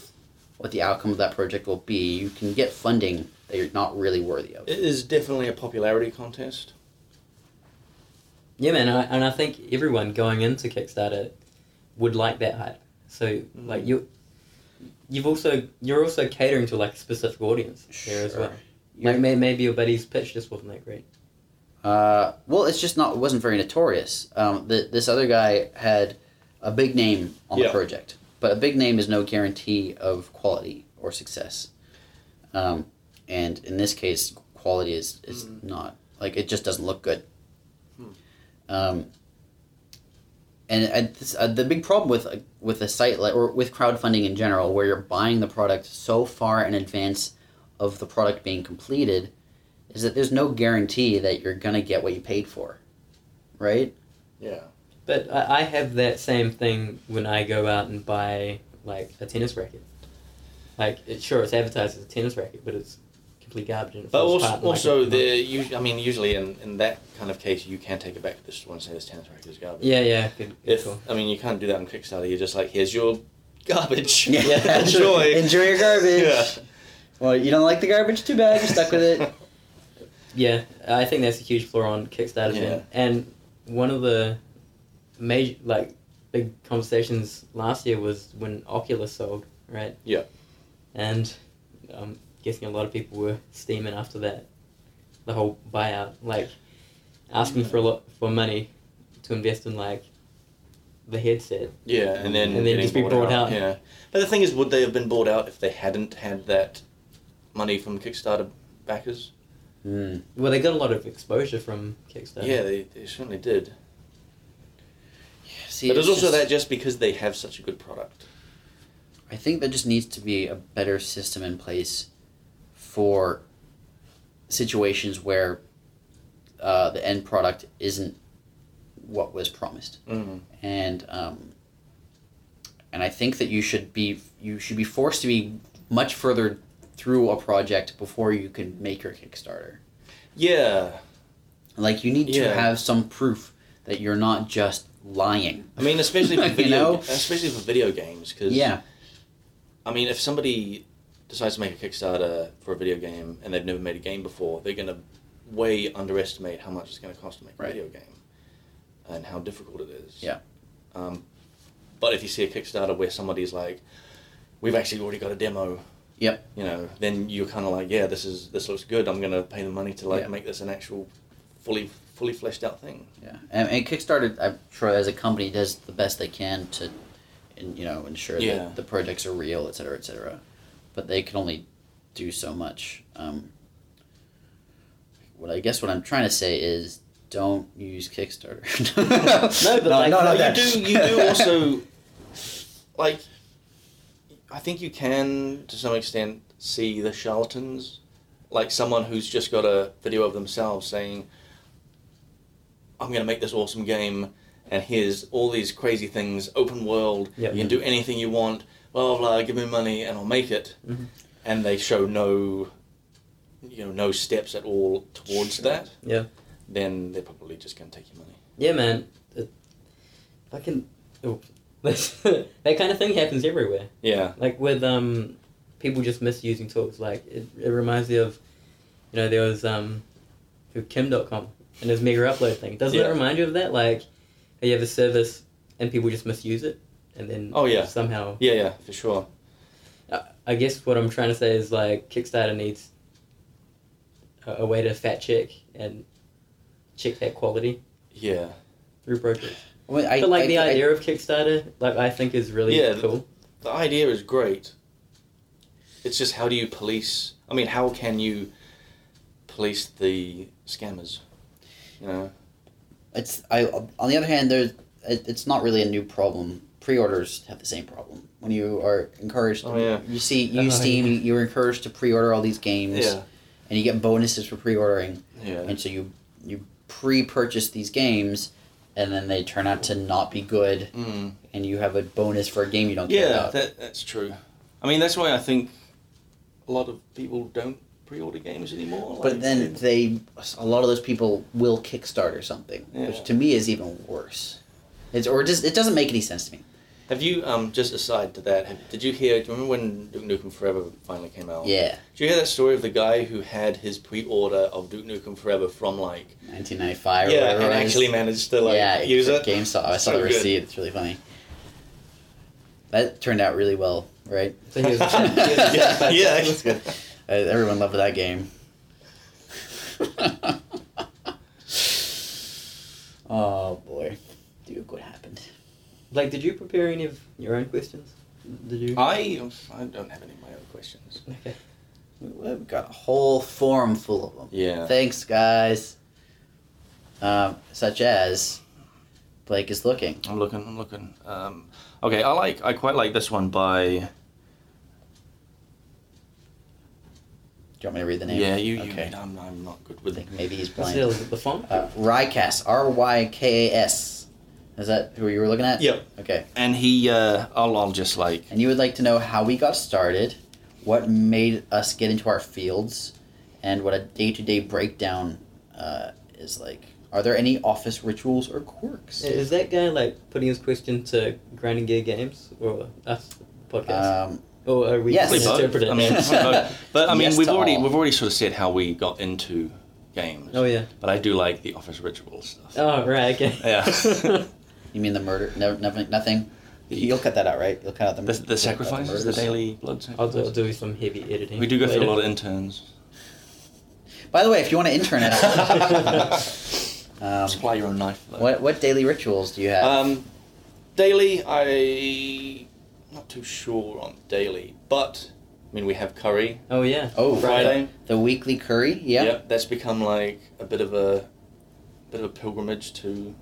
Speaker 1: what the outcome of that project will be, you can get funding that you're not really worthy of.
Speaker 4: It is definitely a popularity contest.
Speaker 3: Yeah, man, I, and I think everyone going into Kickstarter would like that hype. So like
Speaker 4: Hmm.
Speaker 3: you, you've also you're also catering to like a specific audience there as well.
Speaker 1: You're-
Speaker 3: Like may, maybe your buddy's pitch just wasn't that great.
Speaker 1: Uh, well, it's just not. It wasn't very notorious. Um, the, this other guy had a big name on the
Speaker 4: Yeah.
Speaker 1: project, but a big name is no guarantee of quality or success. Um, and in this case, quality is is
Speaker 4: Mm.
Speaker 1: not like it just doesn't look good.
Speaker 4: Hmm.
Speaker 1: Um, and and this, uh, the big problem with a- with a site like or with crowdfunding in general, where you're buying the product so far in advance of the product being completed is that there's no guarantee that you're gonna get what you paid for,
Speaker 4: (laughs)
Speaker 1: right?
Speaker 4: Yeah.
Speaker 3: But I, I have that same thing when I go out and buy like a tennis racket. Like it, sure, it's advertised as a tennis racket, but it's complete garbage. And it
Speaker 4: But
Speaker 3: falls
Speaker 4: also,
Speaker 3: apart in, like,
Speaker 4: also
Speaker 3: a month.
Speaker 4: the us- I mean, usually in, in that kind of case, you can take it back to the store and say this tennis racket is garbage.
Speaker 3: yeah, yeah, good, good
Speaker 4: If
Speaker 3: call.
Speaker 4: I mean, you can't do that on Kickstarter. You're just like, here's your garbage.
Speaker 3: (laughs) Yeah.
Speaker 4: (laughs) enjoy.
Speaker 1: (laughs) Enjoy your garbage.
Speaker 4: Yeah.
Speaker 1: Well, you don't like the garbage, too bad. You're stuck with
Speaker 4: (laughs)
Speaker 1: it.
Speaker 3: Yeah, I think that's a huge flaw on Kickstarter.
Speaker 4: Yeah.
Speaker 3: man. And one of the major, like, big conversations last year was when Oculus sold, right?
Speaker 4: Yeah.
Speaker 3: And I'm guessing a lot of people were steaming after that, the whole buyout, like asking for a lot for money to invest in like the headset.
Speaker 4: Yeah, and then
Speaker 3: And then
Speaker 4: getting
Speaker 3: just be bought out.
Speaker 4: Yeah, but the thing is, would they have been bought out if they hadn't had that money from Kickstarter backers?
Speaker 1: Mm.
Speaker 3: Well, they got a lot of exposure from Kickstarter.
Speaker 4: Yeah, they, they certainly did.
Speaker 1: See,
Speaker 4: but
Speaker 1: it's
Speaker 4: there's also
Speaker 1: just-
Speaker 4: that just because they have such a good product.
Speaker 1: I think there just needs to be a better system in place for situations where uh, the end product isn't what was promised.
Speaker 4: Mm.
Speaker 1: and um, and I think that you should be you should be forced to be much further through a project before you can make your Kickstarter.
Speaker 4: Yeah,
Speaker 1: Like you need to
Speaker 4: Yeah.
Speaker 1: have some proof that you're not just lying.
Speaker 4: I
Speaker 1: (laughs)
Speaker 4: mean, especially for
Speaker 1: You
Speaker 4: video,
Speaker 1: know?
Speaker 4: especially for video games, because
Speaker 1: Yeah,
Speaker 4: I mean, if somebody decides to make a Kickstarter for a video game and they've never made a game before, they're going to way underestimate how much it's going to cost to make a
Speaker 1: Right.
Speaker 4: video game and how difficult it is.
Speaker 1: Yeah.
Speaker 4: Um, but if you see a Kickstarter where somebody's like, "We've actually already got a demo,"
Speaker 1: Yep.
Speaker 4: you know, then you're kind of like, "Yeah, this is this looks good. I'm going to pay the money to like
Speaker 1: Yeah.
Speaker 4: make this an actual, fully fully fleshed out thing."
Speaker 1: yeah. And, and Kickstarter, I'm sure, as a company, does the best they can to, and you know, ensure
Speaker 4: Yeah.
Speaker 1: that the projects are real, et cetera, et cetera. But they can only do so much. Um, what I guess what I'm trying to say is. Don't use Kickstarter. (laughs) no,
Speaker 3: but like-
Speaker 1: not
Speaker 4: No, you
Speaker 1: that.
Speaker 4: do. You do
Speaker 1: (laughs)
Speaker 4: also like. I think you can, to some extent, see the charlatans, like someone who's just got a video of themselves saying, "I'm going to make this awesome game, and here's all these crazy things, open world.
Speaker 3: Yep.
Speaker 4: You can do anything you want. Blah blah blah. Give me money, and I'll make it."
Speaker 3: Mhm.
Speaker 4: And they show no, you know, no steps at all towards
Speaker 1: Sure.
Speaker 4: that.
Speaker 3: Yeah.
Speaker 4: Then they're probably just going to take your money.
Speaker 3: Yeah, man. It, fucking. Oh, (laughs) that kind of thing happens everywhere.
Speaker 4: Yeah.
Speaker 3: Like with um, people just misusing tools. Like it, it reminds me of, you know, there was um, who Kim.com and his mega upload thing. Doesn't
Speaker 4: Yeah.
Speaker 3: it remind you of that? Like, how you have a service and people just misuse it, and then
Speaker 4: Oh, yeah.
Speaker 3: somehow.
Speaker 4: Yeah. Yeah. For sure.
Speaker 3: I, I guess what I'm trying to say is like Kickstarter needs a, a way to fact check and check that quality
Speaker 4: Yeah.
Speaker 3: through brokers.
Speaker 1: Well, I,
Speaker 3: but like
Speaker 1: I-
Speaker 3: the
Speaker 1: I-
Speaker 3: idea of Kickstarter, like I think is really
Speaker 4: Yeah, th-
Speaker 3: cool.
Speaker 4: the idea is great. It's just how do you police? I mean, how can you police the scammers? You know,
Speaker 1: it's I on the other hand, there's it, it's not really a new problem. Pre-orders have the same problem. When you are encouraged,
Speaker 4: Oh, yeah.
Speaker 1: you see,
Speaker 3: Oh,
Speaker 1: you
Speaker 3: yeah.
Speaker 1: Steam, you're encouraged to pre-order all these games, and you get bonuses for pre-ordering.
Speaker 4: Yeah.
Speaker 1: And so you you pre-purchase these games, and then they turn out to not be good,
Speaker 4: Mm.
Speaker 1: and you have a bonus for a game you don't care
Speaker 4: Yeah,
Speaker 1: about.
Speaker 4: that, that's true. I mean, that's why I think a lot of people don't pre-order games anymore.
Speaker 1: but
Speaker 4: like,
Speaker 1: then they, a lot of those people will Kickstarter something,
Speaker 4: Yeah.
Speaker 1: which to me is even worse. It's or it just it doesn't make any sense to me.
Speaker 4: have you um just aside to that? have- Did you hear? Do you remember when Duke Nukem Forever finally came out?
Speaker 1: Yeah,
Speaker 4: Did you hear that story of the guy who had his pre-order of Duke Nukem Forever from like
Speaker 1: 1995. or
Speaker 4: yeah,
Speaker 1: whatever
Speaker 4: and
Speaker 1: it is.
Speaker 4: actually managed to like
Speaker 1: yeah,
Speaker 4: use
Speaker 1: for
Speaker 4: it?
Speaker 1: GameStop. I
Speaker 4: It's
Speaker 1: saw the
Speaker 4: so good.
Speaker 1: receipt. It's really funny. That turned out really well, right?
Speaker 4: (laughs)
Speaker 3: So he was-
Speaker 4: yeah, yeah,
Speaker 1: That's good. Uh, everyone loved that game. (laughs) oh boy, dude, what happened?
Speaker 3: Like, did you prepare any of your own questions? Did
Speaker 4: Uh,
Speaker 3: you?
Speaker 4: I I don't have any of my own questions.
Speaker 3: Okay.
Speaker 1: We've got a whole forum full of them.
Speaker 4: Yeah.
Speaker 1: Thanks, guys. Um, such as Blake is looking.
Speaker 4: I'm looking. I'm looking. Um, okay, I like. I quite like this one by.
Speaker 1: Do you want me to read the name?
Speaker 4: Yeah, you. you
Speaker 1: Okay.
Speaker 4: I'm, I'm not good
Speaker 1: I
Speaker 4: with.
Speaker 1: think maybe he's
Speaker 3: That's
Speaker 1: blind.
Speaker 3: it, was it the font?
Speaker 1: Uh, Rycast. R Y K A S. Is that who you were looking at?
Speaker 4: Yep.
Speaker 1: Okay.
Speaker 4: And he. Uh, I'll. I'll just like.
Speaker 1: And you would like to know how we got started, what made us get into our fields, and what a day to day breakdown uh, is like. Are there any office rituals or quirks?
Speaker 3: Is that guy like putting his question to Grinding Gear Games or us podcast?
Speaker 1: Um,
Speaker 3: or are we
Speaker 1: yes.
Speaker 4: We
Speaker 1: Yes.
Speaker 3: going to
Speaker 4: Uh, both.
Speaker 3: interpret it?
Speaker 4: I mean, we both. but I mean,
Speaker 1: Yes
Speaker 4: we've
Speaker 1: to
Speaker 4: already
Speaker 1: all.
Speaker 4: we've already sort of said how we got into games.
Speaker 3: (laughs) oh
Speaker 4: (laughs)
Speaker 3: yeah.
Speaker 4: But I do like the office ritual stuff.
Speaker 3: Oh right. Okay.
Speaker 4: (laughs) Yeah.
Speaker 1: (laughs) you mean the murder? No, nothing. nothing?
Speaker 4: The-
Speaker 1: You'll cut that out, right? You'll cut out the
Speaker 4: The,
Speaker 1: cut out
Speaker 4: the sacrifices, the
Speaker 1: murders.
Speaker 4: daily blood
Speaker 3: (laughs) I'll do, I'll
Speaker 4: sacrifices.
Speaker 3: do some heavy editing.
Speaker 4: We do go through a
Speaker 3: later.
Speaker 4: lot of interns.
Speaker 1: By the way, if you want to intern (laughs)
Speaker 4: (laughs)
Speaker 1: us, um,
Speaker 4: Supply your own knife. though.
Speaker 1: what what daily rituals do you have?
Speaker 4: Um, daily, I not too sure on daily, but I mean we have curry
Speaker 3: Oh yeah.
Speaker 1: oh,
Speaker 4: Friday.
Speaker 1: the weekly curry. Yeah.
Speaker 4: Yep, that's become like a bit of a bit of a pilgrimage to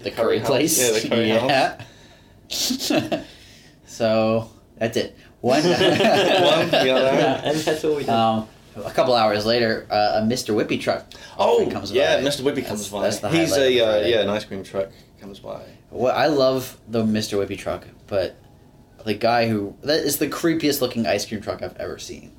Speaker 1: the curry
Speaker 4: house.
Speaker 1: place.
Speaker 4: Yeah,
Speaker 1: (laughs)
Speaker 4: the curry house.
Speaker 1: Yeah. (laughs) so that's it. One.
Speaker 4: (laughs)
Speaker 3: (laughs)
Speaker 4: One,
Speaker 1: (laughs)
Speaker 4: (laughs) the other.
Speaker 3: Yeah, and that's all we do.
Speaker 1: Um, a couple hours later, uh, a Mr. Whippy truck.
Speaker 4: Oh,
Speaker 1: comes
Speaker 4: yeah,
Speaker 1: by.
Speaker 4: Mr. Whippy comes
Speaker 1: That's-
Speaker 4: by.
Speaker 1: that's the
Speaker 4: He's
Speaker 1: highlight
Speaker 4: a
Speaker 1: of
Speaker 4: uh,
Speaker 1: Friday.
Speaker 4: yeah, an ice cream truck comes by.
Speaker 1: Well, I love the Mr. Whippy truck, but the guy who that is the creepiest looking ice cream truck I've ever seen.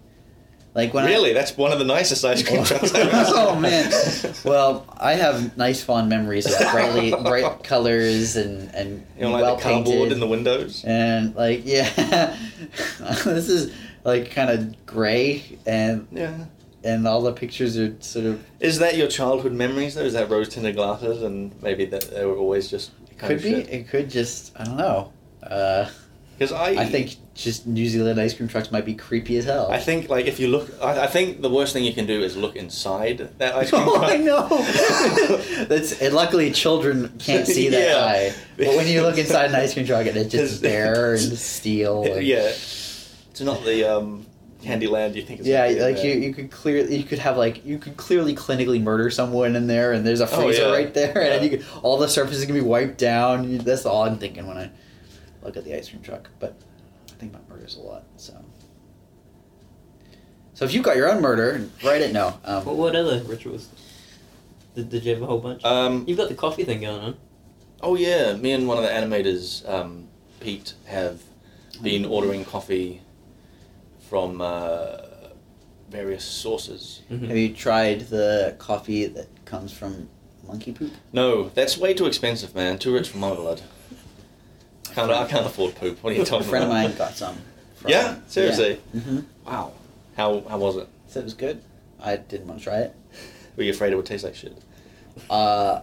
Speaker 1: Like when I-
Speaker 4: really, that's one of the nicest ice cream trucks I've ever seen.
Speaker 1: (laughs) oh man. (laughs) Well, I have nice fond memories of
Speaker 4: (laughs)
Speaker 1: brightly bright colors and and
Speaker 4: you know, like
Speaker 1: well
Speaker 4: the cardboard
Speaker 1: painted.
Speaker 4: in the windows.
Speaker 1: and like yeah (laughs) this is like kind of gray and
Speaker 4: Yeah.
Speaker 1: and all the pictures are sort of
Speaker 4: Is that your childhood memories though? Is that rose tinted glasses and maybe that they were always just kind
Speaker 1: could
Speaker 4: of
Speaker 1: be it could just i don't know uh,
Speaker 4: Because I
Speaker 1: i think just new zealand ice cream trucks might be creepy as hell
Speaker 4: I think like if you look, I, I think the worst thing you can do is look inside
Speaker 1: (laughs)
Speaker 4: that ice cream.
Speaker 1: Oh,
Speaker 4: truck.
Speaker 1: I
Speaker 4: (laughs)
Speaker 1: know. That's and luckily children can't see that
Speaker 4: Yeah.
Speaker 1: eye. (laughs) But when you look inside an ice cream truck, and it's just
Speaker 4: (laughs) It's-
Speaker 1: bare and steel. And,
Speaker 4: (laughs) yeah, it's not the um, candy land you think. It's
Speaker 1: Yeah,
Speaker 4: gonna be
Speaker 1: like you,
Speaker 4: there.
Speaker 1: you could clear you could have like you could clearly clinically murder someone in there, and there's a
Speaker 4: Oh,
Speaker 1: freezer
Speaker 4: yeah.
Speaker 1: right there, and
Speaker 4: Yeah.
Speaker 1: you could, all the surfaces can be wiped down. You, that's all I'm thinking when I look at the ice cream truck. But I think about murders a lot, so. So if you've got your own murder, write it. No,
Speaker 3: what,
Speaker 1: um,
Speaker 3: what other rituals? Did, did you have a whole bunch?
Speaker 4: Um,
Speaker 3: You've got the coffee thing going on.
Speaker 4: oh yeah, me and one of the animators, um, Pete, have been ordering coffee from uh, various sources.
Speaker 1: have you tried the coffee that comes from monkey poop?
Speaker 4: No, that's way too expensive, man. Too rich for my blood. Can't, I can't afford poop. What are you
Speaker 1: A
Speaker 4: talking
Speaker 1: friend of
Speaker 4: about?
Speaker 1: mine got some. from-
Speaker 4: Oh, Yeah, seriously.
Speaker 1: hmm
Speaker 4: Wow. How how was it?
Speaker 1: Said it was good. I didn't want to try it.
Speaker 4: Were you afraid it would taste like shit?
Speaker 1: Uh,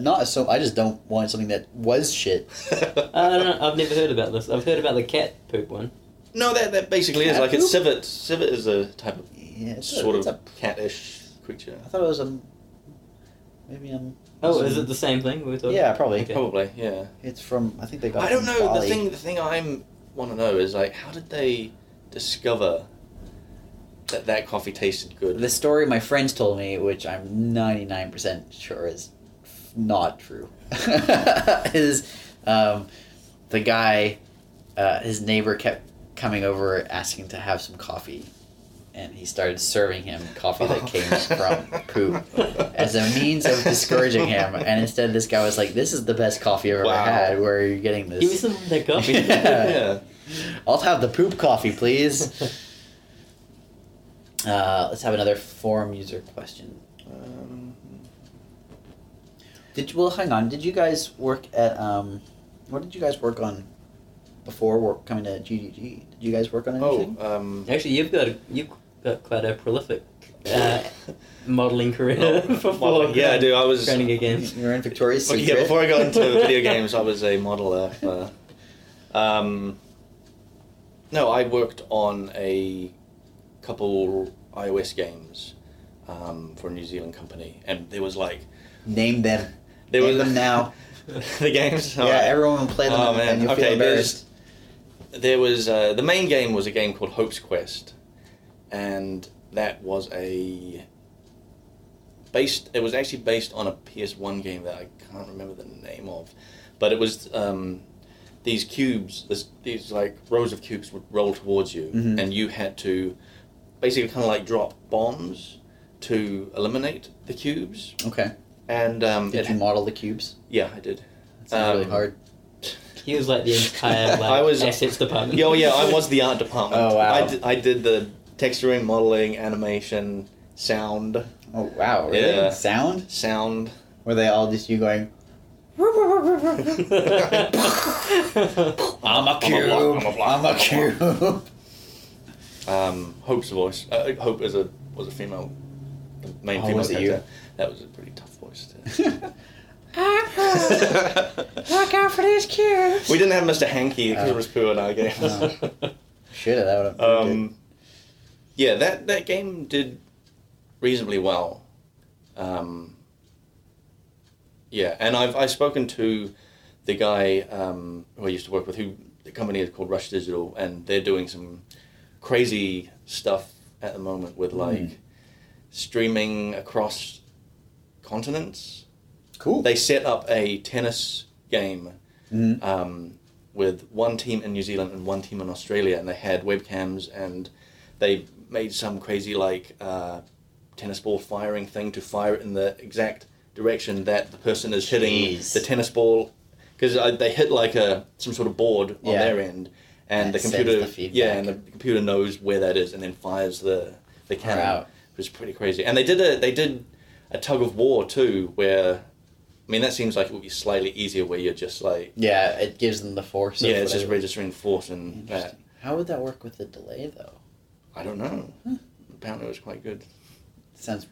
Speaker 1: not as so. I just don't want something that was shit. Uh,
Speaker 3: I don't know. I've never heard about this. I've heard about the cat poop one.
Speaker 4: (laughs) No, that that basically is
Speaker 1: Cat
Speaker 4: like it's
Speaker 1: poop?
Speaker 4: civet. Civet is a type of
Speaker 1: Yeah, it's
Speaker 4: sort
Speaker 1: a, it's
Speaker 4: of
Speaker 1: a-
Speaker 4: catish creature.
Speaker 1: I thought it was a. Maybe I'm.
Speaker 3: Oh, is it the same thing we were talking?
Speaker 1: Yeah, probably.
Speaker 3: Okay.
Speaker 4: Probably, yeah.
Speaker 1: It's from. I think they got.
Speaker 4: I
Speaker 1: it
Speaker 4: don't
Speaker 1: from
Speaker 4: know. The
Speaker 1: Bali.
Speaker 4: thing the thing I'm want to know is like how did they discover that that coffee tasted good?
Speaker 1: The story my friends told me, which I'm 99% sure is f- not true, (laughs) is um, the guy, uh, his neighbor kept coming over asking to have some coffee. and he started serving him coffee
Speaker 4: (laughs)
Speaker 1: that came from poop as a means of
Speaker 4: (laughs)
Speaker 1: discouraging him. And instead, this guy was like, "This is the best coffee I've ever
Speaker 4: Wow.
Speaker 1: had. Where are you getting
Speaker 3: Give me
Speaker 1: this?
Speaker 3: some of that
Speaker 4: (laughs)
Speaker 3: coffee.
Speaker 4: yeah.
Speaker 1: I'll have the poop coffee, please."
Speaker 4: (laughs)
Speaker 1: Uh, let's have another forum user question.
Speaker 4: Um,
Speaker 1: Did well, hang on. Did you guys work at um, what did you guys work on before work coming to GGG? Did you guys work on
Speaker 4: oh,
Speaker 1: anything?
Speaker 4: um,
Speaker 3: Actually, you've got you've got quite a prolific uh,
Speaker 4: (laughs)
Speaker 3: modeling career (laughs) before.
Speaker 4: Oh, modeling. Yeah, I do. I was.
Speaker 3: Grinding again.
Speaker 1: You're in Victoria's
Speaker 4: Okay,
Speaker 1: Secret.
Speaker 4: yeah, before I got
Speaker 1: (laughs)
Speaker 4: into video games, I was a modeler. For, um, no, I worked on a couple iOS games um, for a New Zealand company, and there was like
Speaker 1: Name them.
Speaker 4: there
Speaker 1: Name
Speaker 4: was (laughs)
Speaker 1: them now.
Speaker 4: the games.
Speaker 1: yeah,
Speaker 4: Alright.
Speaker 1: everyone will play them
Speaker 4: Oh,
Speaker 1: and,
Speaker 4: man.
Speaker 1: and you'll feel
Speaker 4: Okay,
Speaker 1: embarrassed.
Speaker 4: there's- there was uh, the main game was a game called Hope's Quest, and that was a based. It was actually based on a PS One game that I can't remember the name of, but it was um, these cubes. This, these like rows of cubes would roll towards you,
Speaker 1: Mhm.
Speaker 4: and you had to basically kind of like drop bombs to eliminate the cubes.
Speaker 1: Okay.
Speaker 4: And um,
Speaker 1: Did
Speaker 4: it-
Speaker 1: you model the cubes?
Speaker 4: yeah, I did.
Speaker 1: That's not really
Speaker 4: Um,
Speaker 1: hard.
Speaker 3: He was like the entire
Speaker 4: (laughs)
Speaker 3: like,
Speaker 4: I was-
Speaker 3: assets department.
Speaker 4: Yeah, oh yeah, I was the art department.
Speaker 1: Oh, wow.
Speaker 4: I did, I did the texturing, modeling, animation, sound,
Speaker 1: Oh wow, really?
Speaker 4: Yeah.
Speaker 1: Sound? (laughs)
Speaker 4: sound.
Speaker 1: Were they all just you going? I'm a cube.
Speaker 4: block, I'm a block,
Speaker 1: I'm a
Speaker 4: I'm
Speaker 1: cube. (laughs)
Speaker 4: Um, Hope's voice. Uh, Hope is a was a female, the main
Speaker 1: Oh,
Speaker 4: female
Speaker 1: was it you?
Speaker 4: character. That was a pretty tough voice.
Speaker 1: (laughs) I'm
Speaker 4: (laughs) To...
Speaker 1: Look out for these cubes.
Speaker 4: we didn't have Mr. Hanky because
Speaker 1: Oh.
Speaker 4: it was poo in our game.
Speaker 1: Shit, that would have.
Speaker 4: um, yeah, that that game did reasonably well. Um, yeah, and I've I've spoken to the guy um, who I used to work with, who the company is called Rush Digital, and they're doing some crazy stuff at the moment with like
Speaker 1: Mm.
Speaker 4: streaming across continents.
Speaker 1: cool.
Speaker 4: They set up a tennis game
Speaker 1: Mhm.
Speaker 4: um, with one team in New Zealand and one team in Australia, and they had webcams and they made some crazy like uh, tennis ball firing thing to fire it in the exact direction that the person is hitting
Speaker 1: Jeez.
Speaker 4: the tennis ball because uh, they hit like a some sort of board on
Speaker 1: Yeah.
Speaker 4: their end, and
Speaker 1: And
Speaker 4: the
Speaker 1: it sends
Speaker 4: computer
Speaker 1: the feedback.
Speaker 4: yeah, and the computer knows where that is and then fires the the cannon.
Speaker 1: Wow.
Speaker 4: It was pretty crazy, and they did a they did a tug of war too where. I mean that seems like it would be slightly easier where you're just like
Speaker 1: yeah, it gives them the force. of
Speaker 4: yeah, it's just
Speaker 1: whatever.
Speaker 4: registering force and that.
Speaker 1: Interesting. How would that work with the delay though?
Speaker 4: I don't know.
Speaker 1: Huh.
Speaker 4: Apparently, it was quite good.
Speaker 1: sounds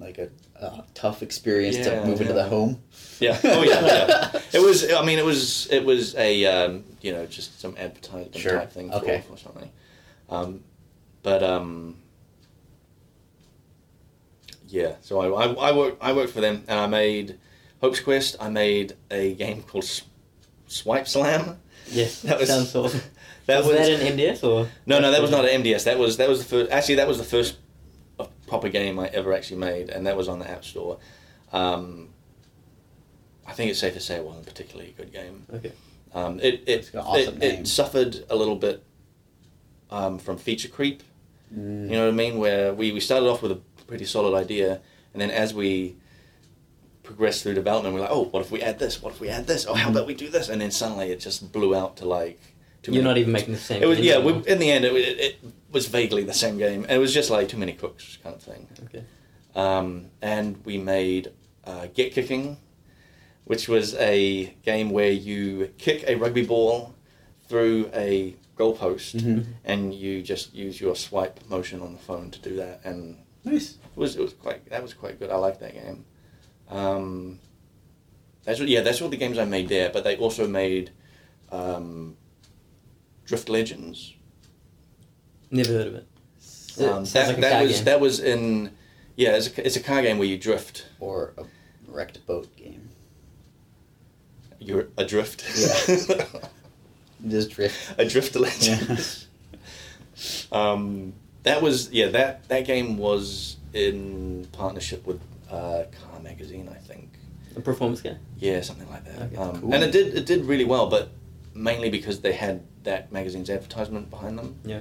Speaker 1: like a, a tough experience
Speaker 4: Yeah,
Speaker 1: to move into
Speaker 4: yeah.
Speaker 1: the home.
Speaker 4: Yeah. (laughs) Oh yeah.
Speaker 1: (laughs)
Speaker 4: yeah. It was. I mean, it was. It was a um, you know just some advertisement
Speaker 1: Sure.
Speaker 4: type thing
Speaker 1: Okay.
Speaker 4: for or something. Um, but um, yeah. So I, I I worked I worked for them and I made Hope's Quest. I made a game called S- Swipe Slam. (laughs)
Speaker 3: (laughs) yes,
Speaker 4: That was-
Speaker 3: sounds awesome.
Speaker 4: That
Speaker 3: was, that an MDS or?
Speaker 4: No, no, that was not an MDS. That was that was the first. Actually, that was the first uh, proper game I ever actually made, and that was on the App Store. Um, I think it's safe to say it wasn't a particularly good game.
Speaker 3: Okay.
Speaker 4: Um, it it,
Speaker 1: It's got an awesome
Speaker 4: it,
Speaker 1: name.
Speaker 4: it suffered a little bit um, from feature creep.
Speaker 1: Mm.
Speaker 4: You know what I mean? Where we, we started off with a pretty solid idea, and then as we progressed through development, we're like, oh, what if we add this? What if we add this? Oh, how about we do this? And then suddenly it just blew out to like. too
Speaker 3: You're
Speaker 4: many-
Speaker 3: not even making the same.
Speaker 4: it was
Speaker 3: thing
Speaker 4: yeah. We,
Speaker 3: anymore.
Speaker 4: in the end, it, wa- it, it was vaguely the same game. It was just like too many cooks kind of thing.
Speaker 3: Okay.
Speaker 4: Um, and we made uh, Get Kicking, which was a game where you kick a rugby ball through a goalpost,
Speaker 1: Mhm.
Speaker 4: and you just use your swipe motion on the phone to do that. And
Speaker 1: Nice.
Speaker 4: it was it was quite that was quite good. I liked that game. Um, that's what, yeah, that's all the games I made there. But they also made um, Drift Legends.
Speaker 3: Never heard of it.
Speaker 4: Um,
Speaker 3: Sounds
Speaker 4: that,
Speaker 3: like a
Speaker 4: that
Speaker 3: car
Speaker 4: was
Speaker 3: game.
Speaker 4: that was in yeah it's a, it's a car game where you drift
Speaker 1: Or a wrecked boat game.
Speaker 4: you're adrift
Speaker 1: Yeah. Just drift.
Speaker 4: (laughs) a drift legend (laughs) um, that was yeah that that game was in partnership with uh, car magazine I think
Speaker 3: A performance game.
Speaker 4: yeah something like that
Speaker 3: Okay,
Speaker 4: um,
Speaker 1: cool.
Speaker 4: and it did it did really well but mainly because they had that magazine's advertisement behind them
Speaker 3: Yeah.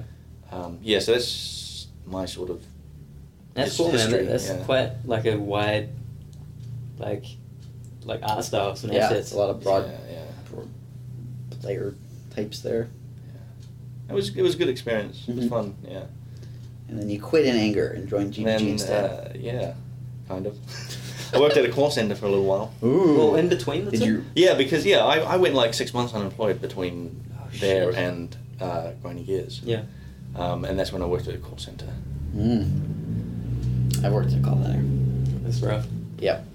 Speaker 4: um, yeah so that's my sort of
Speaker 3: That's
Speaker 4: It's
Speaker 3: cool, man.
Speaker 4: history,
Speaker 3: That- That's
Speaker 4: yeah.
Speaker 3: quite like a wide, like, like art style. So
Speaker 1: Yeah, it's a lot of broad
Speaker 4: yeah, yeah.
Speaker 1: player types there.
Speaker 4: It was it was a good experience. It was
Speaker 1: Mhm.
Speaker 3: Mm-hmm.
Speaker 4: fun. Yeah.
Speaker 1: And then you quit in anger and joined
Speaker 4: And
Speaker 1: GBG
Speaker 4: then
Speaker 1: instead.
Speaker 4: uh, yeah, kind
Speaker 3: (laughs)
Speaker 4: of. I worked at a call center for a little while.
Speaker 1: Ooh.
Speaker 3: uh, Well, in between the
Speaker 1: Did
Speaker 3: two.
Speaker 1: you?
Speaker 4: Yeah, because yeah, I, I went like six months unemployed between
Speaker 3: Oh,
Speaker 4: there
Speaker 3: shit.
Speaker 4: and uh, grinding gears.
Speaker 3: Yeah.
Speaker 4: Um, and that's when I worked at a call center.
Speaker 1: Mm. Hmm. I worked at a call center.
Speaker 3: That's rough.
Speaker 1: Yep.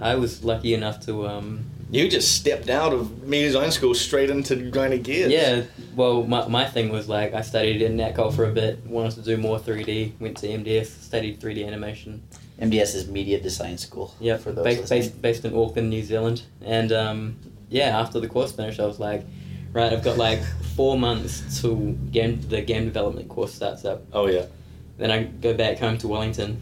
Speaker 3: I was lucky enough to um
Speaker 4: You just stepped out of media design school straight into grinding gears.
Speaker 3: yeah well my, my thing was like I studied in NatCol for a bit wanted to do more 3D went to MDS studied 3D animation
Speaker 1: MDS is Media Design School.
Speaker 3: Yeah,
Speaker 1: for those
Speaker 3: based,
Speaker 1: listening.
Speaker 3: based, based in Auckland, New Zealand. And um, yeah, after the course finished, I was like, right, I've got like (laughs) four months till game the game development course starts up.
Speaker 4: Oh yeah.
Speaker 3: Then I go back home to Wellington,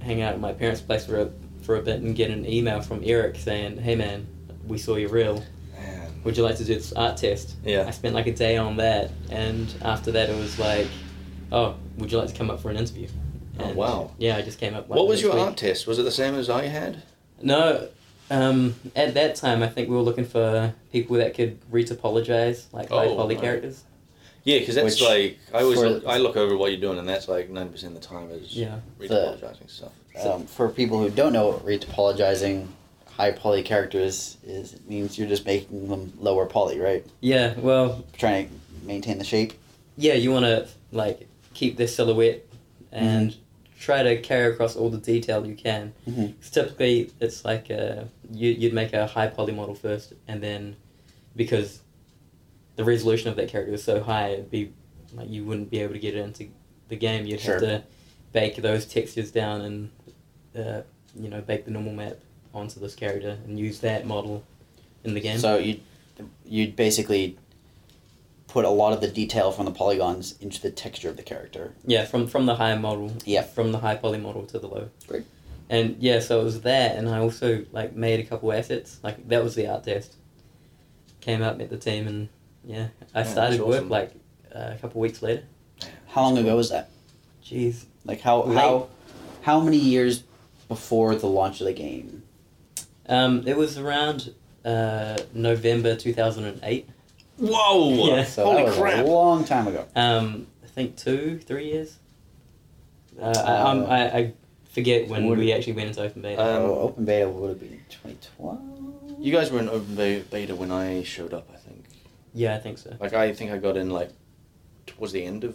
Speaker 3: hang out at my parents' place for a, for a bit, and get an email from Eric saying, hey man, we saw your reel.
Speaker 4: Man.
Speaker 3: Would you like to do this art test? I
Speaker 4: Yeah.
Speaker 3: spent like a day on that, and after that, it was like, oh, would you like to come up for an interview?
Speaker 4: Oh,
Speaker 3: And,
Speaker 4: wow.
Speaker 3: Yeah, I just came up. like,
Speaker 4: What was
Speaker 3: next
Speaker 4: your
Speaker 3: week.
Speaker 4: art test? Was it the same as I had?
Speaker 3: No, um, at that time I think we were looking for people that could retopologize like high
Speaker 4: Oh,
Speaker 3: poly
Speaker 4: right.
Speaker 3: characters.
Speaker 4: Yeah, because that's
Speaker 1: Which-
Speaker 4: like I always
Speaker 1: for-
Speaker 4: look, I look over what you're doing, and that's like ninety percent of the time is
Speaker 3: Yeah.
Speaker 4: re-apologizing stuff.
Speaker 1: Um, for people who don't know what retopologizing high poly characters is, it means you're just making them lower poly, right?
Speaker 3: Yeah, well,
Speaker 1: Trying to maintain the shape.
Speaker 3: yeah, you want to like keep their silhouette and
Speaker 4: Mm-hmm.
Speaker 3: try to carry across all the detail you can.
Speaker 1: Mhm.
Speaker 3: 'Cause typically, it's like uh you you'd make a high poly model first, and then because the resolution of that character is so high, it'd be like you wouldn't be able to get it into the game. You'd
Speaker 1: Sure.
Speaker 3: have to bake those textures down and uh, you know bake the normal map onto this character and use that model in the game.
Speaker 1: So you you'd basically put a lot of the detail from the polygons into the texture of the character.
Speaker 3: Yeah, from from the high model.
Speaker 1: Yeah.
Speaker 3: From the high poly model to the low.
Speaker 1: Great.
Speaker 3: And yeah, so it was that, and I also like made a couple assets. Like that was the art test. Came up, met the team, and yeah, I
Speaker 4: Yeah, Oh, that's
Speaker 3: started
Speaker 4: awesome.
Speaker 3: work like uh, a couple weeks later.
Speaker 1: How long ago was that?
Speaker 3: Jeez,
Speaker 1: Like how
Speaker 3: Late.
Speaker 1: how how many years before the launch of the game?
Speaker 3: um, it was around uh, November two thousand and eight.
Speaker 4: Whoa!
Speaker 3: Yeah.
Speaker 1: So
Speaker 4: Holy
Speaker 1: that was
Speaker 4: crap!
Speaker 1: a long time ago.
Speaker 3: Um, I think two, three years. Uh, I, um,
Speaker 1: Uh,
Speaker 3: I I forget when
Speaker 1: would-
Speaker 3: we actually went into open beta.
Speaker 4: Uh, Um,
Speaker 1: oh, open beta would have been twenty twelve.
Speaker 4: You guys were in open be- beta when I showed up. I think.
Speaker 3: yeah, I think so.
Speaker 4: Like I think I got in like towards the end of.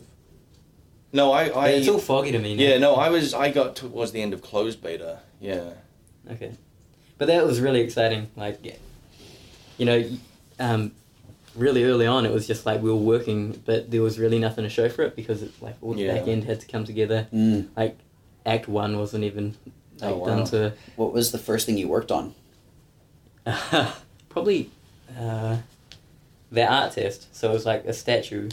Speaker 4: No, I I
Speaker 3: it's all foggy to me. Now.
Speaker 4: yeah no I was I got towards the end of closed beta. Yeah.
Speaker 3: Okay, but that was really exciting. Like, yeah, you know, y- um, really early on, it was just like we were working, but there was really nothing to show for it because it's like all the
Speaker 4: Yeah.
Speaker 3: back end had to come together.
Speaker 1: Mm.
Speaker 3: Act one wasn't even like,
Speaker 4: Oh, wow.
Speaker 3: done to
Speaker 1: What was the first thing you worked on?
Speaker 3: (laughs) probably uh, the art test. So it was like a statue,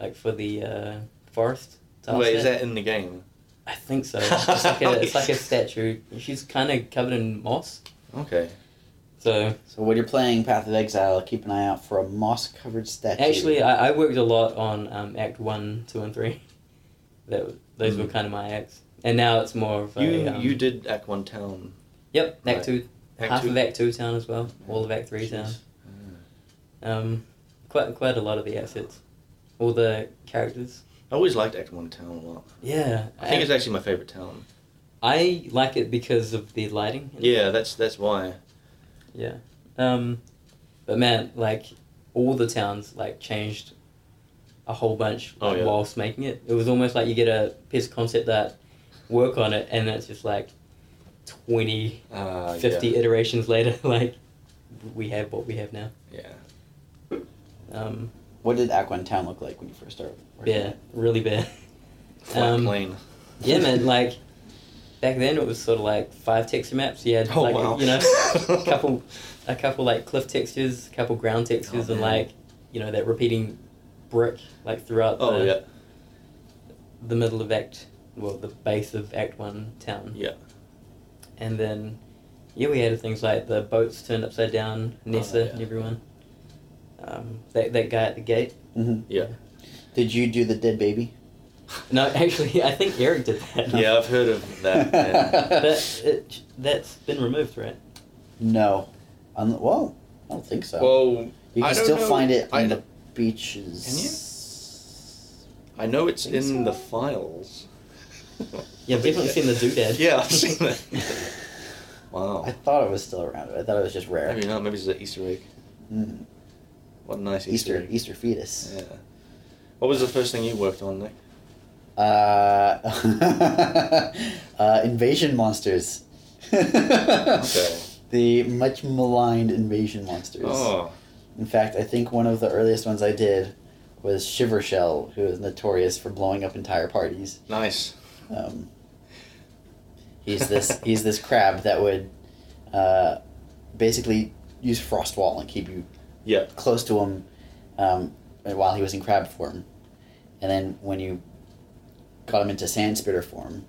Speaker 3: like for the uh, forest. to
Speaker 4: Wait, is
Speaker 3: offset.
Speaker 4: that in the game?
Speaker 3: I
Speaker 4: (laughs)
Speaker 3: think so. It's like a, it's like a statue. She's kind of covered in moss.
Speaker 4: Okay.
Speaker 3: So
Speaker 1: So when you're playing Path of Exile, keep an eye out for a moss-covered statue.
Speaker 4: uh,
Speaker 3: Actually, I, I worked a lot on um, Act One, Two, and Three. (laughs) That w- those were
Speaker 4: Mm.
Speaker 3: kind of my acts, and now it's more of a,
Speaker 4: You
Speaker 3: um,
Speaker 4: you did Act One Town.
Speaker 3: yep Act
Speaker 4: right.
Speaker 3: Two,
Speaker 4: Act
Speaker 3: half
Speaker 4: Two- Oh,
Speaker 3: of Act Two town as well, all of Act Three
Speaker 4: Jeez.
Speaker 3: town. Um, quite quite a lot of the assets, all the characters.
Speaker 4: I always liked Act One Town a lot.
Speaker 3: Yeah,
Speaker 4: I think it's actually my favorite town.
Speaker 3: I like it because of the lighting.
Speaker 4: Yeah, that's that's why.
Speaker 3: Yeah. Um, but man, like all the towns like changed a whole bunch
Speaker 4: Oh,
Speaker 3: like,
Speaker 4: yeah.
Speaker 3: whilst making it. It was almost like you get a piece of concept that work on it, and that's just like 20,
Speaker 4: Uh,
Speaker 3: 50 iterations later. (laughs) Like we have what we have now.
Speaker 4: Yeah. yeah.
Speaker 3: Um,
Speaker 1: what did Aquan Town look like when you first started? working on
Speaker 3: yeah,
Speaker 1: it?
Speaker 3: really bad.
Speaker 4: Flat
Speaker 3: Um,
Speaker 4: plane.
Speaker 3: Yeah, man. Like back then, it was sort of like five texture maps. You had
Speaker 4: Oh
Speaker 3: like
Speaker 4: wow. (laughs)
Speaker 3: you know a couple a couple like cliff textures, a couple ground textures,
Speaker 4: Oh,
Speaker 3: and
Speaker 4: man.
Speaker 3: like you know that repeating brick like throughout
Speaker 4: Oh
Speaker 3: the,
Speaker 4: yeah.
Speaker 3: the middle of Act, well the base of Act One town,
Speaker 4: Yeah.
Speaker 3: and then yeah we had things like the boats turned upside down, Nessa,
Speaker 4: Oh, yeah.
Speaker 3: and everyone, um, that that guy at the gate.
Speaker 1: Mhm.
Speaker 4: Yeah.
Speaker 1: Did you do the dead baby?
Speaker 3: No, (laughs) actually, I think Eric did that.
Speaker 4: (laughs) Yeah, I've heard
Speaker 1: (laughs)
Speaker 4: of that. yeah.
Speaker 3: (laughs) That, it, that's been removed, right?
Speaker 1: No. Un- well, I don't think so.
Speaker 4: Well,
Speaker 1: you
Speaker 4: I
Speaker 1: can
Speaker 4: don't
Speaker 1: still
Speaker 4: know.
Speaker 1: find it on
Speaker 4: I-
Speaker 1: the beaches.
Speaker 4: I know it's
Speaker 1: Think
Speaker 4: in
Speaker 1: so.
Speaker 4: the files.
Speaker 3: Yeah, I've definitely seen the doodad.
Speaker 4: Yeah, I've seen that. wow.
Speaker 1: I thought it was still around. I thought it was just rare.
Speaker 4: Maybe not. oh, Maybe it's an Easter egg.
Speaker 1: Mm.
Speaker 4: What a nice Easter.
Speaker 1: Easter
Speaker 4: egg.
Speaker 1: Easter fetus.
Speaker 4: Yeah. What was the first thing you worked on, Nick?
Speaker 1: Uh, (laughs) uh, invasion monsters. okay. (laughs) The much maligned invasion monsters.
Speaker 4: Oh,
Speaker 1: In fact, I think one of the earliest ones I did was Shiver Shell, who is notorious for blowing up entire parties.
Speaker 4: nice.
Speaker 1: Um, he's
Speaker 4: (laughs)
Speaker 1: this he's this crab that would uh, basically use frost wall and keep you
Speaker 4: Yeah.
Speaker 1: close to him um, while he was in crab form, and then when you got him into sand spitter form,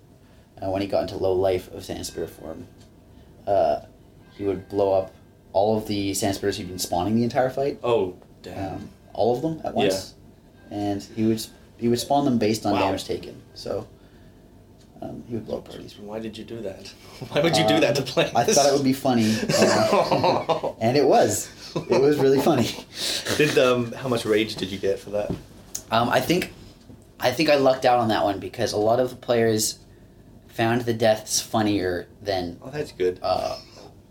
Speaker 1: uh, when he got into low life of sand spitter form, uh, he would blow up all of the sand spitters he'd been spawning the entire fight
Speaker 4: Oh, damn.
Speaker 1: um, all of them at once, and he would he would spawn them based on
Speaker 4: Wow.
Speaker 1: damage taken. So um, he would blow up parties.
Speaker 4: Why did you do that? (laughs) Why would you do
Speaker 1: Uh,
Speaker 4: that to play?
Speaker 1: I thought it would be funny, uh, and it was. It was really funny.
Speaker 4: (laughs) Did um, how much rage did you get for that?
Speaker 1: Um, I think I think I lucked out on that one because a lot of the players found the deaths funnier than
Speaker 4: Oh, that's good.
Speaker 1: uh,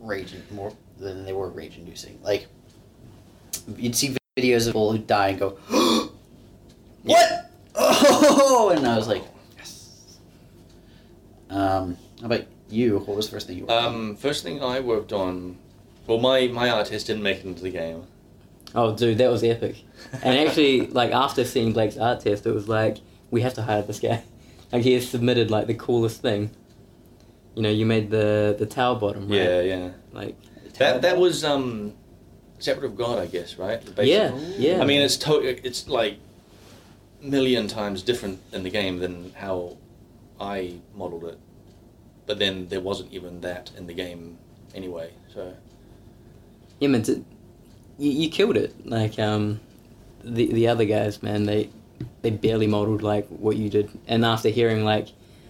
Speaker 1: rage more than they were rage inducing. Like you'd see videos of people who die and go, (gasps) "What?" Oh, and I was like, "Yes." Um, how about you? What was the first thing you? worked on?
Speaker 4: Um, first thing I worked on. Well, my my artist didn't make it into the game.
Speaker 3: Oh, dude, that was epic. And actually, like after seeing Blake's art test, it was like we have to hire this guy. (laughs) Like he has submitted like the coolest thing. You know, you made the the towel bottom,
Speaker 4: (laughs)
Speaker 3: right?
Speaker 4: yeah, yeah.
Speaker 3: Like
Speaker 4: That that was um, separate of God, I guess, right? The basic-
Speaker 3: yeah, yeah.
Speaker 4: I mean, it's to- it's like million times different in the game than how I modeled it. But then there wasn't even that in the game anyway. So
Speaker 3: yeah, man, did- you, you killed it. Like um, the the other guys, man, they they barely modeled like what you did. And after hearing like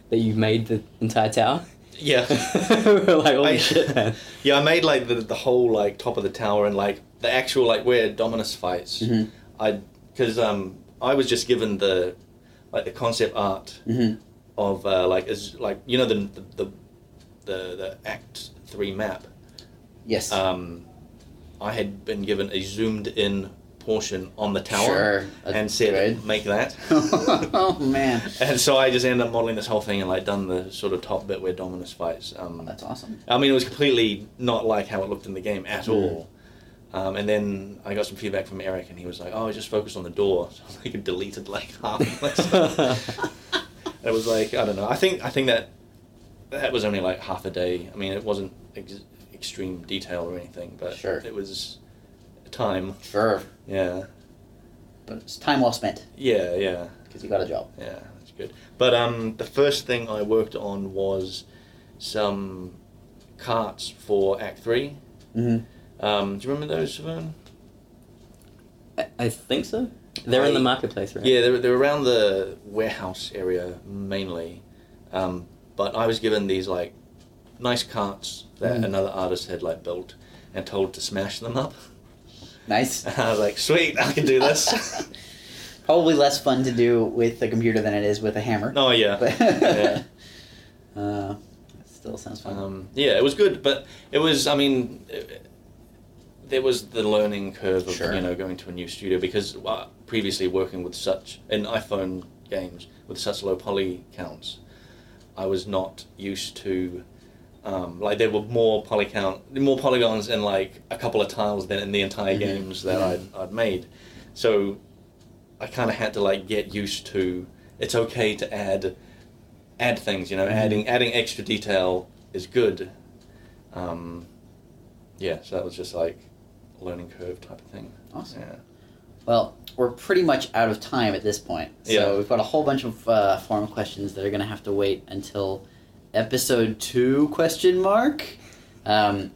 Speaker 3: that you made the entire tower, (laughs)
Speaker 4: yeah,
Speaker 3: we were like, holy
Speaker 4: I-
Speaker 3: shit, man.
Speaker 4: (laughs) yeah. I made like the the whole like top of the tower and like the actual like where Dominus fights.
Speaker 3: Mm-hmm.
Speaker 1: Mhm.
Speaker 4: I because um I was just given the like the concept art
Speaker 1: Mhm.
Speaker 4: of uh, like is like you know the the the, the, the Act Three map.
Speaker 1: yes.
Speaker 4: um, I had been given a zoomed in portion on the tower
Speaker 1: Sure. That's
Speaker 4: and said,
Speaker 1: good. (laughs)
Speaker 4: make that.
Speaker 1: oh man,
Speaker 4: and so I just ended up modeling this whole thing and like done the sort of top bit where Dominus fights. Um,
Speaker 1: that's
Speaker 4: (laughs)
Speaker 1: awesome.
Speaker 4: I mean, it was completely not like how it looked in the game at
Speaker 1: Mm.
Speaker 4: all. Um, and then I got some feedback from Eric, and he was like, "Oh, I just focused on the door." (laughs) So I like, deleted like half. Of
Speaker 1: (laughs)
Speaker 4: my stuff. it was like I don't know. I think I think that that was only like half a day. I mean, it wasn't ex- extreme detail or anything, but
Speaker 1: Sure.
Speaker 4: it was time.
Speaker 1: Sure,
Speaker 4: Yeah,
Speaker 1: but it's time well spent
Speaker 4: yeah, yeah.
Speaker 1: because you got a job.
Speaker 4: Yeah, that's good. But um, the first thing I worked on was some carts for Act Three.
Speaker 1: Mhm.
Speaker 4: Um, do you remember those, Siobhan?
Speaker 3: I, I think so. They're in the marketplace, right?
Speaker 4: Yeah, they're, they're around the warehouse area mainly. Um, but I was given these like nice carts that
Speaker 1: Mm.
Speaker 4: another artist had like built and told to smash them up. (laughs)
Speaker 1: Nice.
Speaker 4: And I was like, sweet, I can
Speaker 1: (laughs)
Speaker 4: do this.
Speaker 1: Probably less fun to do with a computer than it is with a hammer.
Speaker 4: oh yeah.
Speaker 1: But (laughs)
Speaker 4: yeah.
Speaker 1: uh, it still sounds fun.
Speaker 4: Um, yeah, it was good, but it was, I mean, it, there was the learning curve of,
Speaker 1: Sure.
Speaker 4: you know, going to a new studio because uh, previously working with such, in iPhone games, with such low poly counts, I was not used to, um, like, there were more poly count, more polygons in, like, a couple of tiles than in the entire
Speaker 1: Mhm.
Speaker 4: games that
Speaker 1: Yeah.
Speaker 4: I'd, I'd made. So I kind of had to, like, get used to it's okay to add add things. You know,
Speaker 1: Mhm.
Speaker 4: adding adding extra detail is good. Um, yeah, so that was just like a learning curve type of thing.
Speaker 1: Awesome.
Speaker 4: Yeah.
Speaker 1: Well, we're pretty much out of time at this point. So
Speaker 4: Yeah.
Speaker 1: we've got a whole bunch of uh, forum questions that are going to have to wait until episode two question mark. Um,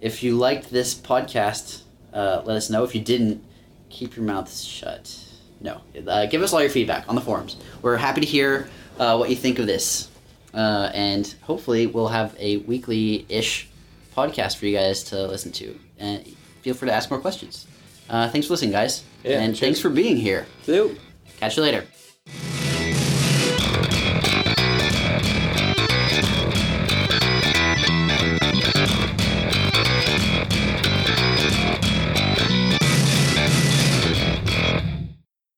Speaker 1: if you liked this podcast, uh, let us know. If you didn't, keep your mouths shut. No. Uh, give us all your feedback on the forums. We're happy to hear uh, what you think of this. Uh, and hopefully, we'll have a weekly ish podcast for you guys to listen to. And feel free to ask more questions. Uh, thanks for listening, guys.
Speaker 4: Yeah,
Speaker 1: and
Speaker 4: cheers.
Speaker 1: thanks for being here. Catch you later.